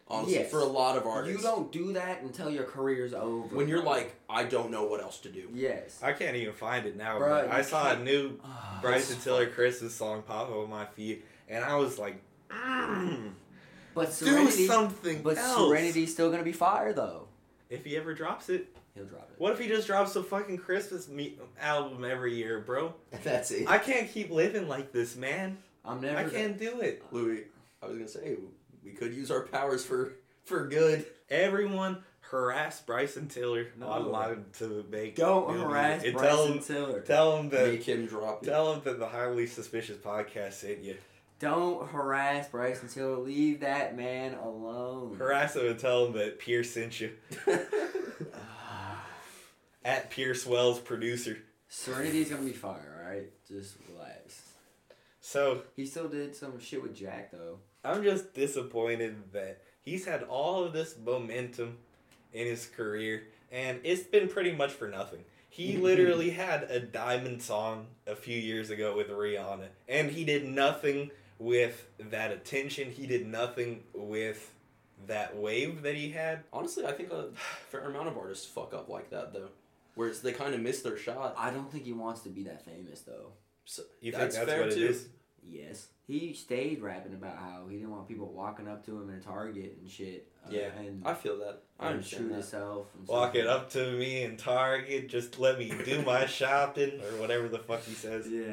C: Honestly,
B: Yes.
C: for a lot of artists,
B: You don't do that until your career's over.
C: when you're
B: bro.
C: like, I don't know what else to do.
B: yes.
A: I can't even find it now,
B: Bro,
A: but I
B: you
A: saw a
B: can't-
A: new
B: Ah,
A: Bryson Tiller Christmas song pop up on my feed, and I was like, mm,
B: but
A: do
B: Serenity,
A: something
B: but
A: else.
B: Serenity's still gonna be fire though.
A: If he ever drops it,
B: He'll drop it.
A: what if he just drops a fucking Christmas me- album every year, bro?
C: That's it.
A: I can't keep living like this, man.
B: I'm
A: I
B: never.
A: can't do it.
C: Louis, I was gonna say we could use our powers for for good.
A: Everyone harass Bryson Tiller
B: No.
A: online to make
B: Don't
A: new
B: harass
A: music. And
B: Bryson
A: Tell him,
B: Tiller.
A: tell him that
C: Make him drop it.
A: Tell him that the highly suspicious podcast sent you.
B: Don't harass Bryson Tiller. Leave that man alone.
A: Harass him and tell him that Pierce sent you. At Pierce Wells, producer.
B: Serenity's gonna be fire. All right, just relax.
A: So
B: He still did some shit with Jack though.
A: I'm just disappointed that he's had all of this momentum in his career, and it's been pretty much for nothing. He literally had a diamond song a few years ago with Rihanna, and he did nothing with that attention. He did nothing with that wave that he had.
C: Honestly, I think a fair amount of artists fuck up like that though, whereas they kind of miss their shot.
B: I don't think he wants to be that famous though.
C: So,
A: You think that's, what it is?
B: Yes, he stayed rapping about how he didn't want people walking up to him in a Target and shit. uh,
C: Yeah,
B: and
C: I feel that. I
B: and shoot
C: understand that.
B: himself. And
A: Walk
B: stuff.
A: it up to me in Target, just let me do my shopping or whatever the fuck he says.
B: Yeah,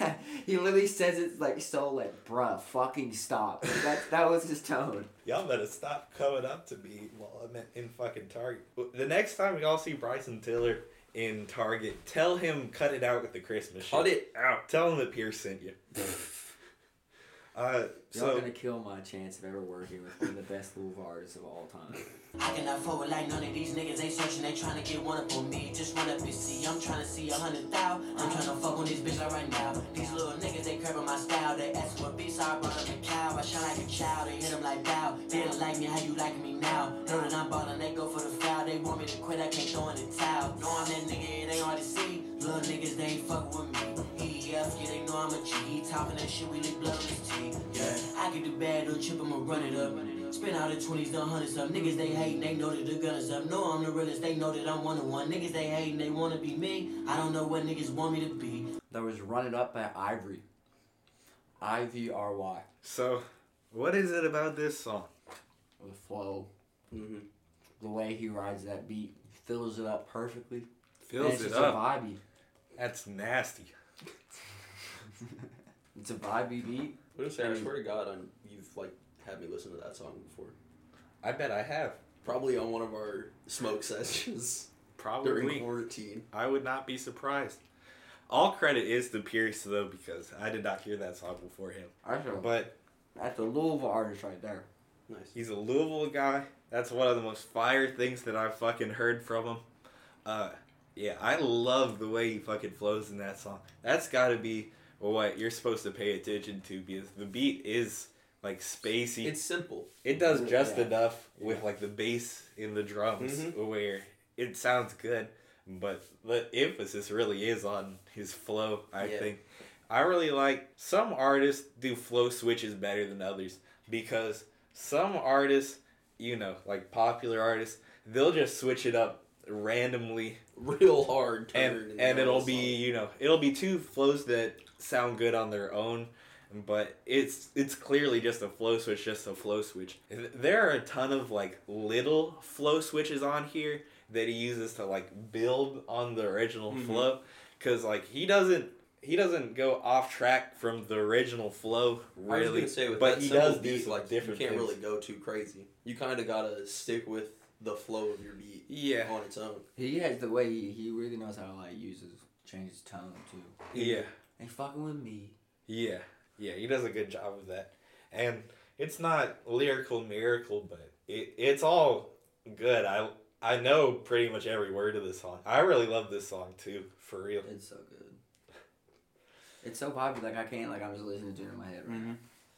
B: yeah. he literally says it's like so like bruh, fucking stop. Like, that that was his tone.
A: Y'all better stop coming up to me while I'm at- in fucking Target. The next time y'all see Bryson Tiller in Target, tell him cut it out with the Christmas shit.
C: Cut it
A: out. Tell him that Pierce sent you. uh,
B: Y'all
A: so
B: gonna kill my chance of ever working with one of the best Louvre artists of all time.
E: I cannot forward like none of these niggas ain't searching, they tryna get one up on me. Just run up and see, I'm tryna see a hundred thou. I'm tryna fuck on this bitch like right now. These little niggas, they curving my style. They ask for beats, so I brought up a cow. I shine like a child, they hit 'em like bow. They don't like me, how you like me now? Know that I'm ballin', they go for the foul. They want me to quit, I can't throw in the towel. Know I'm that nigga, it ain't hard to see. Little niggas, they ain't fuck with me. EF, yeah, they know I'm a G. Talking that shit, we lick blood on his tea. Yeah, I get the bag, don't chip him or run it up. Spin out the 20s, the hundreds up. Niggas they hatin', they know that the gun is up. No, I'm the realest, they know that I'm one of one. Niggas they hatin', they wanna be me. I don't know what niggas want me to be.
B: That was Run It Up by Ivory. I V R Y.
A: so what is it about this song?
B: The flow,
C: hmm
B: the way he rides that beat, fills it up perfectly. and
A: Fills
B: it's
A: it
B: just
A: up.
B: a vibey.
A: That's nasty.
B: It's a vibey beat.
C: I'm gonna say, I
B: Mm.
C: swear to God, I'm, you've like had me listen to that song before.
A: I bet I have.
C: Probably on one of our smoke sessions during
A: Probably.
C: quarantine.
A: I would not be surprised. All credit is to Pierce though, because I did not hear that song before him.
B: I feel
A: But
B: that's a Louisville artist right there.
C: Nice.
A: He's a Louisville guy. That's one of the most fire things that I've fucking heard from him. Uh, yeah, I love the way he fucking flows in that song. That's got to be what you're supposed to pay attention to because the beat is like spacey.
C: It's simple.
A: it does just
B: Yeah. Mm-hmm.
A: enough with like the bass in the drums where it sounds good, but the emphasis really is on his flow. I
C: Yeah.
A: think I really like some artists do flow switches better than others because some artists, you know, like popular artists, they'll just switch it up randomly
C: Real hard turn. in
A: and
C: the
A: and
C: middle
A: it'll
C: of the
A: be you know it'll be two flows that sound good on their own but it's it's clearly just a flow switch just a flow switch Th- there are a ton of like little flow switches on here that he uses to like build on the original
C: Mhm.
A: flow because like he doesn't he doesn't go off track from the original flow
C: song. I was
A: really
C: gonna say, with
A: but
C: that
A: he
C: simple
A: does do
C: beat,
A: some
C: like
A: different
C: You can't
A: things.
C: really go too crazy. You kind of gotta stick with the flow of your beat
A: yeah
C: on its own. Oh,
B: He has the way he, he really knows how to like uses changes tone too.
A: yeah
D: and fucking with me.
A: Yeah, yeah, he does a good job of that, and it's not lyrical miracle, but it it's all good. I I know pretty much every word of this song. I really love this song too, for real.
B: It's so good.
D: It's so popular, like I can't, like I'm just listening to it in my head. Right now.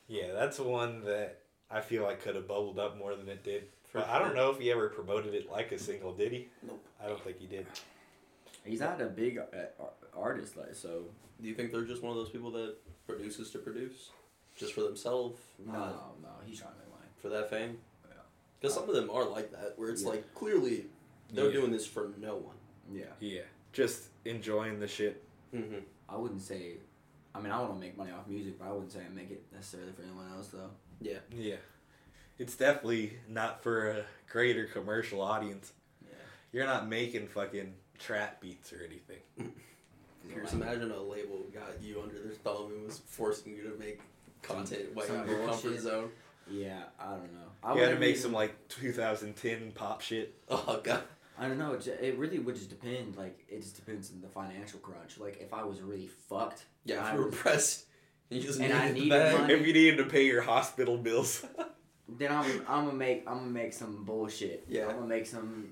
A: Yeah, that's one that I feel like could have bubbled up more than it did.
C: For
A: But I don't
C: sure.
A: know if he ever promoted it like a single. Did he?
C: Nope.
A: I don't think he did.
B: He's not a big uh, ar- artist, like so.
C: Do you think they're just one of those people that produces to produce, just for themselves,
B: No,
C: not
B: no, he's trying to make money.
C: for that fame?
B: Yeah.
C: Because some of them are like that, where it's
B: Yeah.
C: like clearly they're
A: Yeah.
C: doing this for no one.
B: Yeah,
A: Yeah, just enjoying the shit.
C: Mm-hmm.
B: I wouldn't say. I mean, I want to make money off music, but I wouldn't say I make it necessarily for anyone else though.
A: Yeah, it's definitely not for a greater commercial audience.
B: Yeah.
A: You're not making fucking trap beats or anything.
C: Just imagine a label got you under their thumb and was forcing you to make content way
B: some
C: out of your comfort
B: bullshit.
C: zone.
B: Yeah, I don't know. I
A: You had to
B: wouldn't
A: make
B: even-
A: some like 2010 pop shit.
C: Oh god.
B: I don't know. It, ju- it really would just depend. Like it just depends on the financial crunch. Like if I was really fucked,
C: Yeah, if
B: I
C: you were
B: was-
C: pressed, you just
B: And I
C: needed the
B: needed
C: bag.
B: money.
A: If you needed to pay your hospital bills,
B: then I'm I'm gonna make I'm gonna make some bullshit.
C: Yeah.
B: I'm gonna make some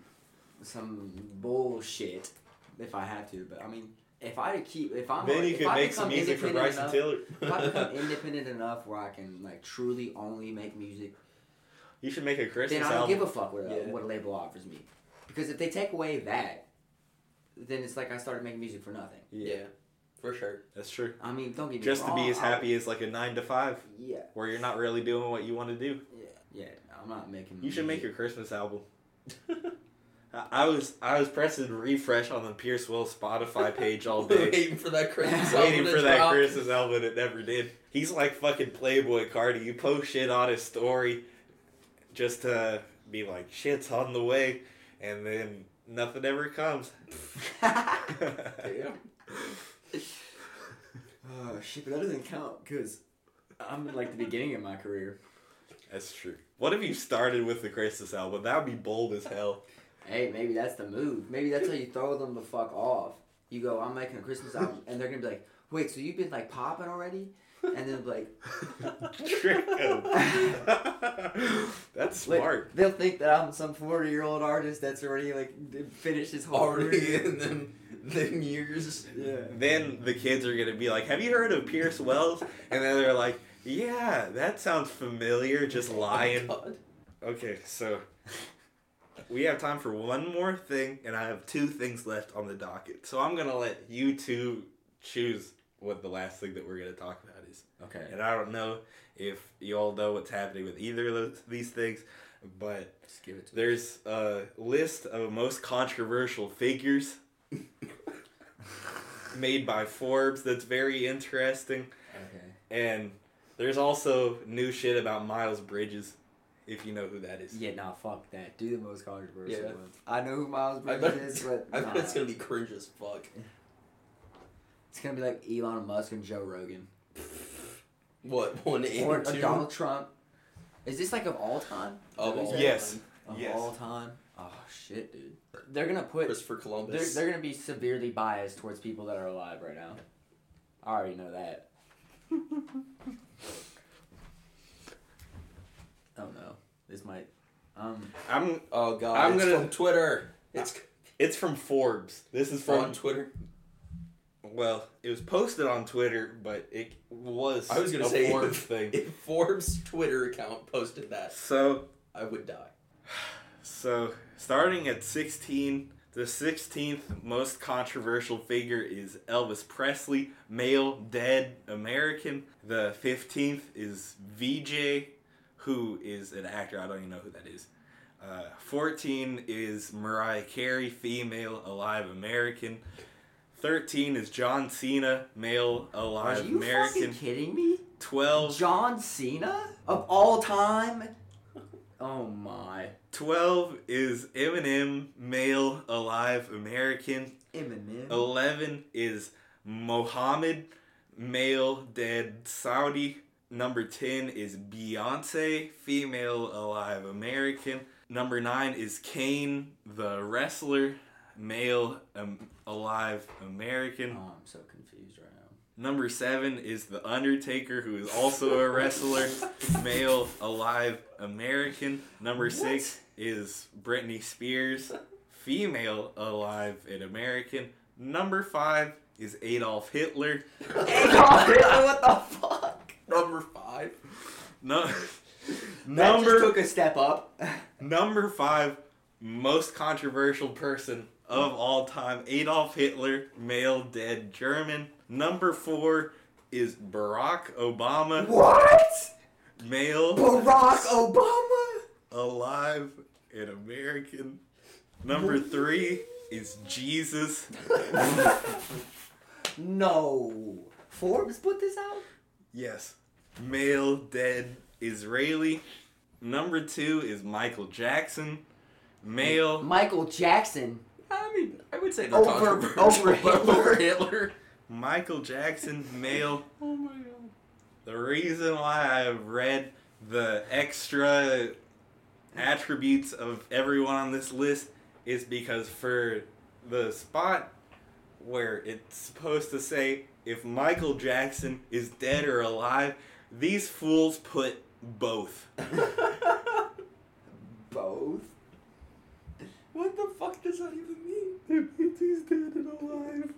B: some bullshit if I have to. But I mean, if I to keep if I'm
A: then you
B: if
A: could
B: I
A: make some
B: become
A: music for
B: independent
A: Bryson
B: enough-
A: Tiller.
B: If I become independent enough where I can like truly only make music,
A: You should make a Christmas
B: then I don't
A: album.
B: give a fuck what a,
C: Yeah.
B: what a label offers me, because if they take away that, then it's like I started making music for nothing.
C: Yeah, for sure.
A: that's true.
B: I mean, don't get me
A: Just to
B: wrong.
A: be as
B: I-
A: happy as like a nine to five,
B: yeah,
A: where you're not really doing what you want to do.
B: yeah. I'm not making.
A: You should make
B: music.
A: your Christmas album. I I was I was pressing refresh on the Pierce Will Spotify page all day,
C: waiting for that Christmas album
A: waiting
C: to
A: for that
C: drop.
A: Christmas album. and It never did. He's like fucking Playboy Cardi. You post shit on his story, just to be like shit's on the way, and then nothing ever comes.
C: Damn.
B: Oh shit, but that doesn't count because I'm at, like the beginning of my career.
A: That's true. What if you started with the Christmas album? That would be bold as hell.
B: Hey, maybe that's the move. Maybe that's how you throw them the fuck off. You go, I'm making a Christmas album, and they're gonna be like, wait, so you've been like popping already? And then they'll be like,
A: Trico. That's
B: Like,
A: smart.
B: They'll think that I'm some 40 year old artist that's already like d- finished his whole
C: Already
B: career.
C: in them, them years.
B: Yeah.
A: then the kids are gonna be like, "Have you heard of Pierce Wells?" And then they're like, "Yeah, that sounds familiar." Just lying.
C: Oh, God.
A: Okay, so we have time for one more thing, and I have two things left on the docket. So I'm gonna let you two choose what the last thing that we're gonna talk about is.
B: Okay.
A: And I don't know if you all know what's happening with either of those, these things, but
B: Just give it to
A: there's a list of most controversial figures made by Forbes that's very interesting.
B: Okay.
A: And there's also new shit about Miles Bridges, if you know who that is.
B: Yeah, nah, fuck that. Do the most controversial
C: Yeah.
B: ones. I know who Miles
C: I
B: Bridges
C: bet,
B: is, but
C: I
B: nah.
C: bet it's gonna be cringe as fuck.
B: it's gonna be like Elon Musk and Joe Rogan.
C: What one and
B: Or uh,
C: two?
B: Donald Trump. Is this like of all time?
C: Of
B: Is that what
C: all
B: you said?
A: Yes.
B: Of
A: Yes.
B: all time. Oh shit, dude. They're gonna put.
C: Christopher
B: They're,
C: Columbus.
B: they're gonna be severely biased towards people that are alive right now. I already know that. oh no, this might. Um.
A: I'm
C: oh god!
A: I'm
C: it's
A: gonna-
C: from Twitter. It's
A: it's from Forbes. This is
C: from
A: from
C: Twitter.
A: well, it was posted on Twitter, but it was
C: I was gonna
A: a
C: say
A: Forbes
C: if-
A: thing.
C: If Forbes Twitter account posted that,
A: So
C: I would die.
A: so starting at 16, the 16th most controversial figure is Elvis Presley, male, dead American. The 15th is VJ, who is an actor. I don't even know who that is. Uh, 14 is Mariah Carey, female, alive American. 13 is John Cena, male,
B: Are
A: alive
B: you
A: American.
B: fucking kidding me?
A: 12,
B: John Cena of all time. Oh my.
A: 12 is Eminem, male, alive American.
B: Eminem.
A: Oh. 11 is Mohammed, male, dead Saudi. Number 10 is Beyonce, female, alive American. Number 9 is Kane, the wrestler. male um, alive American.
F: Oh, I'm so confused right now.
A: Number seven is The Undertaker, who is also a wrestler, male, alive, American. Number six is Britney Spears, female, alive, and American. Number five is Adolf Hitler.
C: what the fuck? Number five.
A: No,
B: That
A: number
B: just took a step up.
A: number five, most controversial person of all time, Adolf Hitler, male, dead German. Number four is Barack Obama,
B: what?
A: male.
B: Barack Obama?
A: alive and American. Number three is Jesus.
B: No. Forbes put this out?
A: Yes. Male, dead, Israeli. Number two is Michael Jackson. Male.
B: Michael Jackson.
C: I mean, I would say
B: Over-
C: controversial
B: over Hitler.
C: Hitler.
A: Michael Jackson, male. Oh my god. The reason why I read the extra attributes of everyone on this list is because for the spot where it's supposed to say if Michael Jackson is dead or alive, these fools put both.
B: Both?
C: What the fuck does that even mean?
A: He's dead and alive.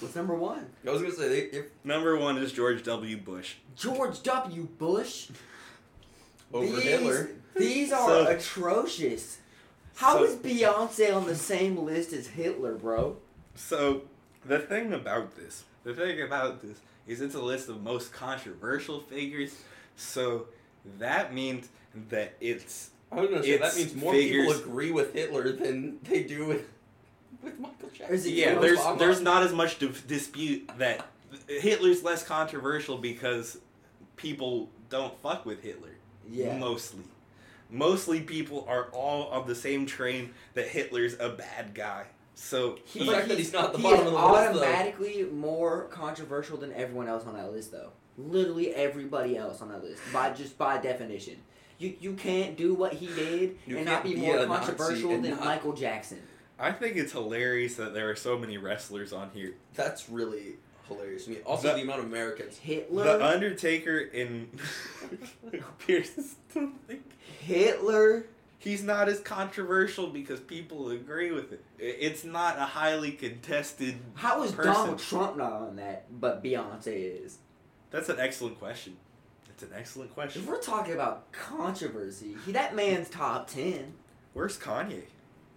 B: What's number one?
C: I was gonna say they, if
A: Number one is George W. Bush.
B: George W. Bush.
C: over
B: these,
C: Hitler.
B: These are
A: So-
B: atrocious. How
A: So-
B: is Beyonce on the same list as Hitler, bro?
A: So, the thing about this, the thing about this is it's a list of most controversial figures. So, that means that it's
C: I was gonna say
A: It's
C: that means more
A: figures-
C: people agree with Hitler than they do with with Michael Jackson.
B: Is it
A: yeah,
B: George
A: there's
C: Obama?
A: there's not as much di- dispute that Hitler's less controversial because people don't fuck with Hitler.
B: Yeah.
A: Mostly. Mostly people are all on the same train that Hitler's a bad guy. So,
C: The fact that he's not at the
B: he
C: bottom
B: is
C: of the list, though.
B: automatically more controversial than everyone else on that list, though. Literally everybody else on that list, by just by definition. You you can't do what he did
C: You
B: and not be
C: can't be
B: more
C: a Nazi
B: controversial
C: and
B: than
C: not-
B: Michael Jackson.
A: I think it's hilarious that there are so many wrestlers on here.
C: That's really hilarious to me. Also,
A: The-
C: the, amount of Americans.
B: Hitler.
A: The Undertaker in Pierce is still thinking.
B: Hitler.
A: He's not as controversial because people agree with it. I- It's not a highly contested.
B: How is
A: person.
B: Donald Trump not on that, but Beyonce is?
A: That's an excellent question. That's an excellent
B: If
A: question.
B: we're talking about controversy, he, that man's top ten.
A: Where's Kanye?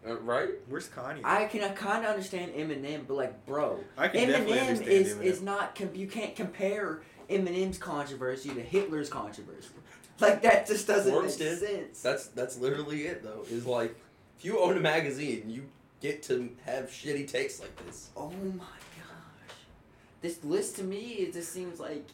C: Uh, right?
A: Where's Kanye?
B: I can kind of understand Eminem, but like, bro,
A: I can definitely
B: Eminem
A: understand
B: is
A: Eminem.
B: is not com- you can't compare Eminem's controversy to Hitler's controversy. Like that just doesn't
C: Forbes
B: make
C: did.
B: sense.
C: That's that's literally it though. Is like if you own a magazine, you get to have shitty takes like this.
B: oh my gosh, this list to me it just seems like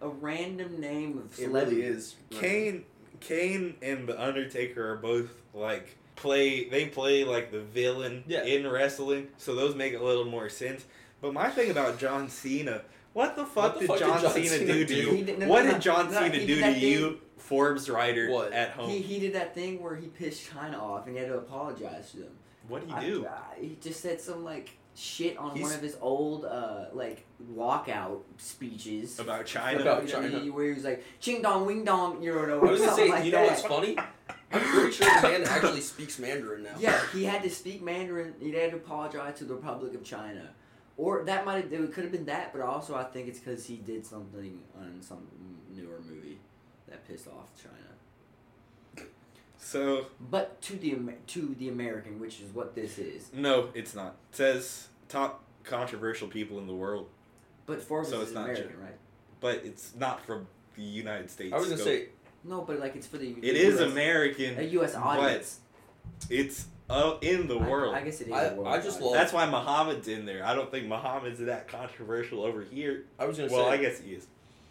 B: a random name of
C: It
B: celebrity.
C: really is.
A: Kane, Kane, and the Undertaker are both like play. They play like the villain
C: Yeah.
A: in wrestling, so those make a little more sense. But my thing about John Cena, what the fuck,
C: the
A: did,
C: fuck did
A: John
C: John
A: Cena,
C: Cena
A: do to
C: do?
A: you?
B: He did- no,
A: what
B: no, no,
A: did John
B: no,
A: Cena
B: he
A: do
B: did
A: to
B: that
A: you, Forbes writer
C: What?
A: at home?
B: He, he did that thing where he pissed China off and he had to apologize to them.
A: what do
B: I-
A: you do?
B: I- he just said some like shit on one
A: He's-
B: of his old uh like walkout speeches.
A: about China?
C: About-
B: You know,
C: China.
B: he- Where he was like, ching dong, wing dong, you don't know,
C: I was
B: something
C: gonna say,
B: like
C: you
B: that.
C: know what's funny? I'm pretty sure the man actually speaks Mandarin now.
B: Yeah, he had to speak Mandarin. He had to apologize to the Republic of China, or that might have, it could have been that, but also I think it's because he did something on some newer movie that pissed off China.
A: So
B: But to the Amer- to the American, which is what this is.
A: no, it's not. It says top controversial people in the world,
B: But Forbes
A: So
B: is
A: it's not
B: American,
A: China.
B: right?
A: but it's not from the United States.
C: I was gonna
A: So
C: say
B: No, but like it's for the
A: it is
B: US,
A: American.
B: a U.S. audience.
A: It's uh, in the
B: I-
A: world.
B: I, guess it is.
C: I-
B: a world
C: I just
B: audience.
A: That's why Muhammad's in there. I don't think Muhammad's that controversial over here.
C: I was gonna
A: Well,
C: say
A: I guess he is.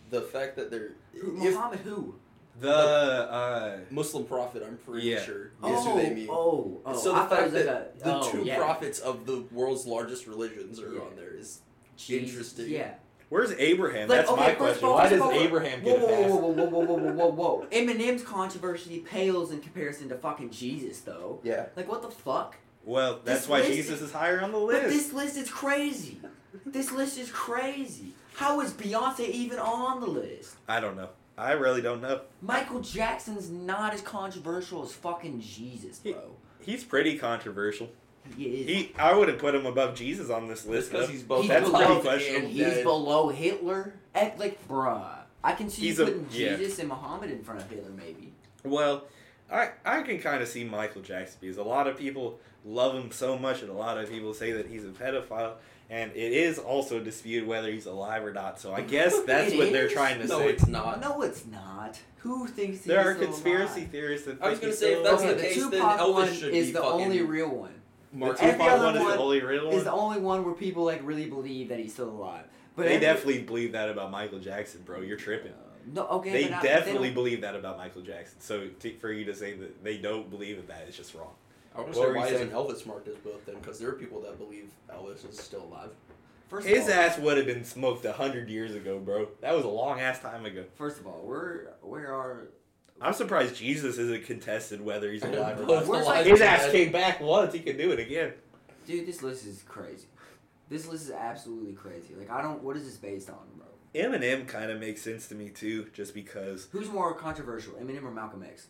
C: the fact that they're
B: Who-
C: if
B: Muhammad who?
A: The uh,
C: Muslim prophet, I'm pretty
A: Yeah.
C: sure is
B: oh,
C: who they mean.
B: oh, oh,
C: so the
B: I thought it
C: fact
B: was like
C: that
B: a,
C: the
B: oh,
C: two
B: yeah.
C: prophets of the world's largest religions are
B: Yeah.
C: on there is
B: Jeez,
C: interesting.
B: Yeah,
A: Where's Abraham?
B: Like,
A: That's
B: okay,
A: my
B: first
A: question.
B: of all-
A: Why
B: first
A: does
B: of all-
A: Abraham
B: whoa,
A: get a
B: whoa,
A: pass?
B: whoa, whoa, whoa, whoa, whoa, whoa, whoa. Eminem's controversy pales in comparison to fucking Jesus, though.
C: Yeah.
B: Like, what the fuck?
A: Well, that's
B: This
A: why
B: list-
A: Jesus is higher on the
B: But
A: list.
B: this list is crazy. This list is crazy. How is Beyonce even on the list?
A: I don't know. I really don't know.
B: Michael Jackson's not as controversial as fucking Jesus,
A: He-
B: bro.
A: He's pretty controversial.
B: He is.
A: He, I would have put him above Jesus on this
C: It's
A: list.
C: because
A: though.
C: he's both.
B: He's
A: that's
B: beloved
A: pretty
B: and
A: questionable.
B: he's below Hitler. Act like, bruh. I can see
A: He's
B: you
A: a-
B: putting
A: yeah.
B: Jesus and Muhammad in front of Hitler, maybe.
A: Well, I I can kind of see Michael Jackson because a lot of people love him so much, and a lot of people say that he's a pedophile, and it is also disputed whether he's alive or not. So I guess that's
B: It
A: what they're
B: is?
A: trying to
C: No,
A: say.
C: it's not.
B: No, it's not. Who thinks
A: There
B: he's
A: are
B: still
A: conspiracy
B: alive?
A: theories that
C: I was
A: think
C: gonna
A: he's
C: say, if
A: still
C: that's
B: okay,
A: alive.
C: the
B: the
C: case, then
B: Tupac
C: Elvis
B: one
C: should
B: is
C: be
B: the
C: fucking-
B: only real one.
A: Mark
B: every
A: Tupac
B: other
A: one is the
B: one
A: only real
B: Is the
A: one.
B: only one where people like really believe that he's still alive. But
A: they
B: every-
A: definitely believe that about Michael Jackson, bro. You're tripping.
B: No, okay.
A: they
B: but I-
A: definitely
B: don't-
A: believe that about Michael Jackson. So t- for you to say that they don't believe in that is just wrong.
C: I
A: What
C: don't understand
A: were you
C: why
A: saying?
C: isn't Elvis marked as both then? Because there are people that believe Elvis is still alive.
B: First
A: His
B: of all,
A: ass would have been smoked a hundred years ago, bro. That was a long ass time ago.
B: First of all, where where are
A: I'm surprised Jesus isn't contested whether he's alive or
B: Where's
A: not.
B: Where's
A: His ass came back once; he can do it again.
B: dude? This list is crazy. This list is absolutely crazy. Like I don't. What is this based on, bro?
A: Eminem kind of makes sense to me too, just because
B: Who's more controversial, Eminem or Malcolm X?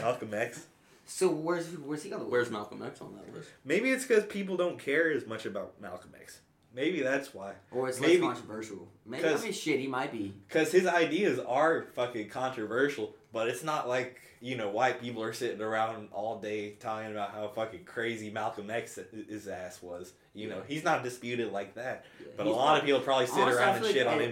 A: Malcolm X.
B: So where's where's he gonna?
C: Where's Malcolm X on that list?
A: Maybe it's because people don't care as much about Malcolm X. Maybe that's why.
B: Or it's
A: Maybe-
B: less controversial. Maybe I
A: 'cause-
B: mean shit. He might be.
A: Because his ideas are fucking controversial, but it's not like, you know, white people are sitting around all day talking about how fucking crazy Malcolm X his ass was. You know, he's not disputed like that. But
B: He's
A: a lot of people probably sit
B: Honestly, I
A: around and
B: feel like
A: shit on
B: I-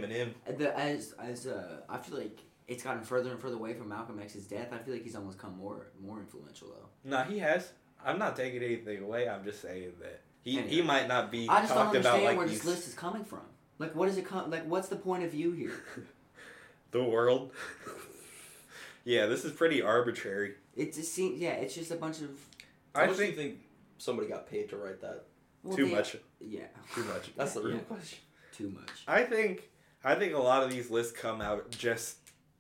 A: Eminem.
B: The, as as uh, I feel like it's gotten further and further away from Malcolm X's death. I feel like he's almost come more more influential though.
A: No, he has. I'm not taking anything away. I'm just saying that he, he
B: Anyway.
A: might not be
B: I just don't
A: talked about
B: understand
A: like
B: where
A: these,
B: this list is coming from. Like, what is it come? Like, what's the point of view here?
A: the world. yeah, this is pretty arbitrary.
B: It just seems, yeah, it's just a bunch of
C: How
A: I
C: much do you
A: think
C: think somebody got paid to write that?
B: well,
A: too
B: they-
A: much.
B: Yeah,
A: Too much.
C: That's the
B: Yeah.
C: real question.
B: too much.
A: I think I think a lot of these lists come out just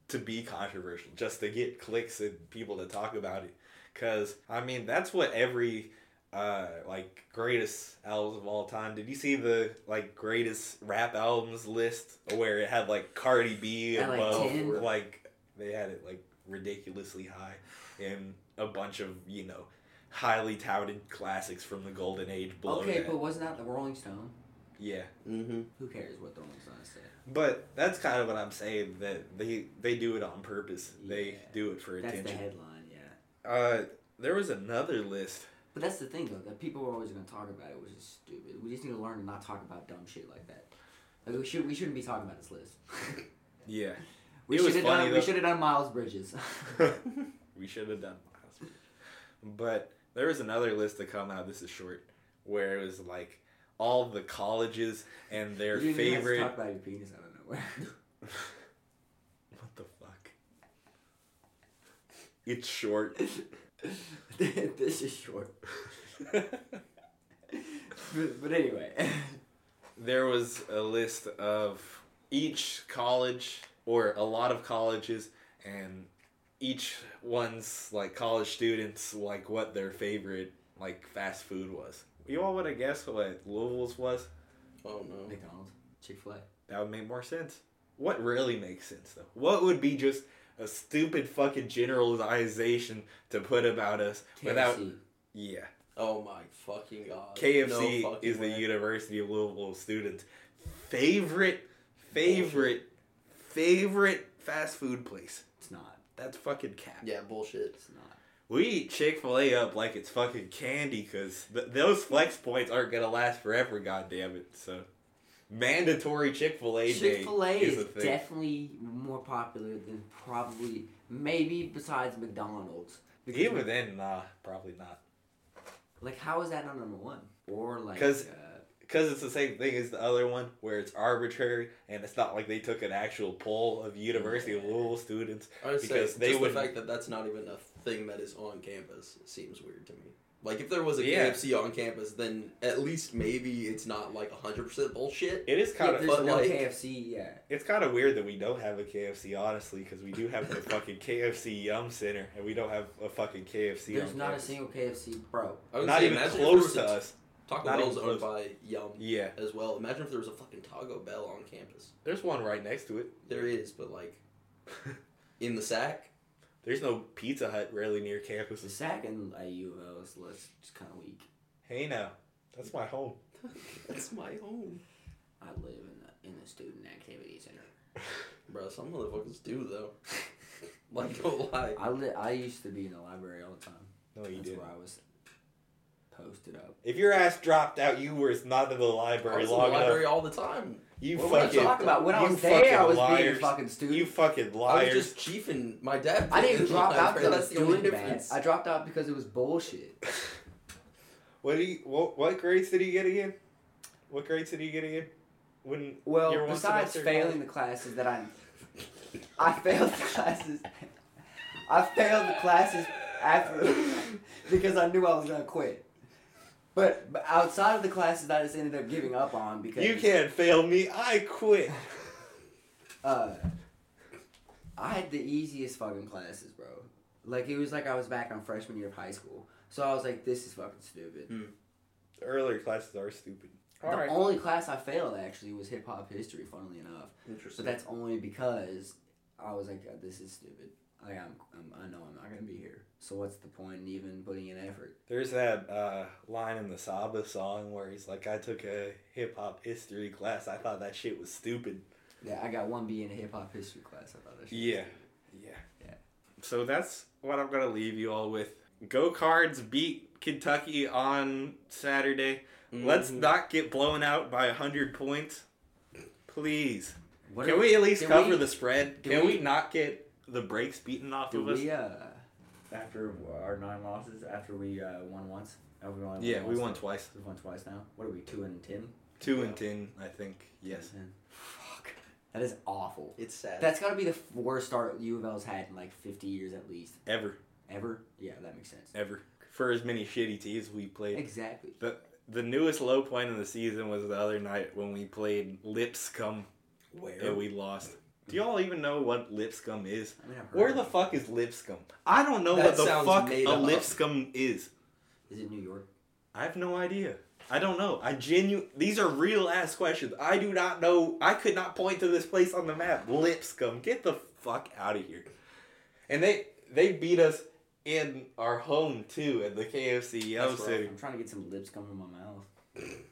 A: to be controversial, just to get clicks and people to talk about it. Cause I mean that's what every uh like greatest albums of all time. Did you see the like greatest rap albums list where it had like Cardi B
B: At, like,
A: above
B: 10?
A: like they had it like ridiculously high and a bunch of, you know, highly touted classics from the golden age below
B: Okay,
A: that.
B: but wasn't that the Rolling Stone?
A: yeah.
C: Mm-hmm.
B: Who cares what the Rolling Stone said?
A: But that's kind of what I'm saying that they they do it on purpose. They
B: Yeah.
A: do it for
B: That's the
A: attention.
B: headline, yeah.
A: Uh, there was another list.
B: But that's the thing though that people are always going to talk about it, which is stupid. We just need to learn to not talk about dumb shit like that. Like we should we shouldn't be talking about this list.
A: Yeah,
B: We
A: It was
B: should have
A: funny,
B: done
A: though.
B: we should have done Miles Bridges.
A: we should have done Miles. But there was another list that come out. This is short, where it was like all the colleges and their
B: You didn't even have to
A: favorite.
B: talk about your penis out of nowhere.
A: what the fuck? It's short.
B: this is short. But, but anyway.
A: there was a list of each college or a lot of colleges and each one's like college students like what their favorite like fast food was. You all would have guessed what Louisville's was?
C: Oh no.
B: McDonald's, Chick Fil A.
A: That would make more sense. What really makes sense though? What would be just a stupid fucking generalization to put about us without
B: KFC.
A: yeah.
C: Oh my fucking god.
A: KFC
C: No fucking
A: is the
C: way.
A: University of Louisville students' favorite, favorite, favorite fast food place.
B: It's not.
A: That's fucking cap.
C: Yeah, bullshit.
B: It's not.
A: We eat Chick Fil A up like it's fucking candy, cause th- those flex points aren't gonna last forever. God damn it! So, mandatory Chick Fil A day
B: Chick Fil A
A: is
B: is
A: a thing.
B: definitely more popular than probably maybe besides McDonald's. Because
A: Even then, nah, probably not.
B: like, how is that not number one? Or like,
A: 'Cause-
B: uh,
A: Because it's the same thing as the other one, where it's arbitrary, and it's not like they took an actual poll of University of Louisville students.
C: I would
A: Because
C: say
A: they
C: just the
A: wouldn't-
C: fact that that's not even a thing that is on campus seems weird to me. Like if there was a
A: Yeah.
C: KFC on campus, then at least maybe it's not like hundred percent bullshit.
A: It is kind
B: yeah,
A: of
B: there's
C: but,
B: no
C: like-
B: KFC. Yeah,
A: it's kind of weird that we don't have a KFC honestly because we do have the fucking KFC Yum Center and we don't have a fucking KFC.
B: there's
A: on
B: not a
A: campus.
B: single KFC, bro.
C: I would
A: Not
C: say
A: even
C: imagine if there
A: close
C: was a-
A: to us.
C: Taco
A: Not even
C: Bell's owned
A: close.
C: by Yum
A: Yeah,
C: as well. Imagine if there was a fucking Taco Bell on campus.
A: there's one right next to it.
C: There is, but like in the sack.
A: There's no Pizza Hut really near campus.
B: The sack in IU though is less just kind of weak.
A: Hey now, that's my home.
C: That's my home.
B: I live in the in the student activity center.
C: Bro, some motherfuckers do though. like don't lie.
B: I li- I used to be in the library all the time.
A: No, Oh, you
B: That's
A: didn't.
B: where I was posted up.
A: If your ass dropped out, you were not in the
C: I
A: library
C: was in
A: long
C: the library
A: enough.
C: all the time.
A: You
B: What
C: would I
A: fucking
B: talk about? When I
A: you
B: was there, I
A: fucking
B: was being a
A: liars.
B: fucking student.
A: You fucking
C: I
A: liars.
C: was just chiefing my dad.
B: I
C: put me
B: didn't
C: in
B: drop
C: the
B: out
C: library.
B: because I was
C: That's the only
B: doing bad.
C: difference.
B: I dropped out because it was bullshit.
A: What do you, what, what grades did he get again? What grades did he get again? When your
B: Well,
A: one
B: besides
A: semester-
B: failing the classes that I, I failed the classes. I failed the classes after because I knew I was gonna quit. But, but outside of the classes, I just ended up giving up on because
A: you can't fail me. I quit.
B: Uh, I had the easiest fucking classes, bro. Like it was like I was back on freshman year of high school. So I was like, this is fucking stupid.
A: Earlier classes are stupid.
B: the only class I failed actually was hip hop history, funnily enough.
C: Interesting.
B: But that's only because I was like, "God, this is stupid. Like, I'm, I'm, I know I'm not gonna be here. So what's the point in even putting in effort?
A: There's that uh, line in the Saba song where he's like, "I took a hip hop history class. I thought that shit was stupid."
B: Yeah, I got one B in a hip hop history class. I thought I should.
A: Yeah, yeah,
B: Yeah.
A: So that's what I'm gonna leave you all with. Go Cards beat Kentucky on Saturday. Let's
C: Mhm.
A: not get blown out by hundred points, please.
B: What
A: Can
B: are-
A: we at least
B: did
A: cover
B: we-
A: the spread?
B: do
A: Can we,
B: we-
A: not get the breaks beaten off
B: Did
A: of us?
B: we uh, after our nine losses, after we uh, won once, after we won
A: yeah, we
B: once,
A: won twice.
B: We've won twice now. What are we? Two and ten.
A: Two and ten, I think. Yes.
B: Ten. Fuck. That is awful.
C: it's sad.
B: That's got to be the worst start U of L's had in like 50 years at least.
A: Ever,
B: Ever? Yeah, that makes sense.
A: ever. For as many shitty teams we played.
B: Exactly.
A: The the newest low point of the season was the other night when we played Lipscomb
C: where
A: and we lost. Do y'all even know what Lipscomb is?
B: I mean, I've heard
A: Where
B: of
A: the
B: it.
A: fuck is Lipscomb? I don't know
C: That
A: what the
C: sounds
A: fuck
C: made
A: a
C: up.
A: Lipscomb is.
B: Is it New York?
A: I have no idea. I don't know. I genu these are real ass questions. I do not know. I could not point to this place on the map. Lipscomb, get the fuck out of here. And they they beat us in our home too at the KFC Yellow
C: That's
A: City.
B: I'm trying to get some lips coming in my mouth.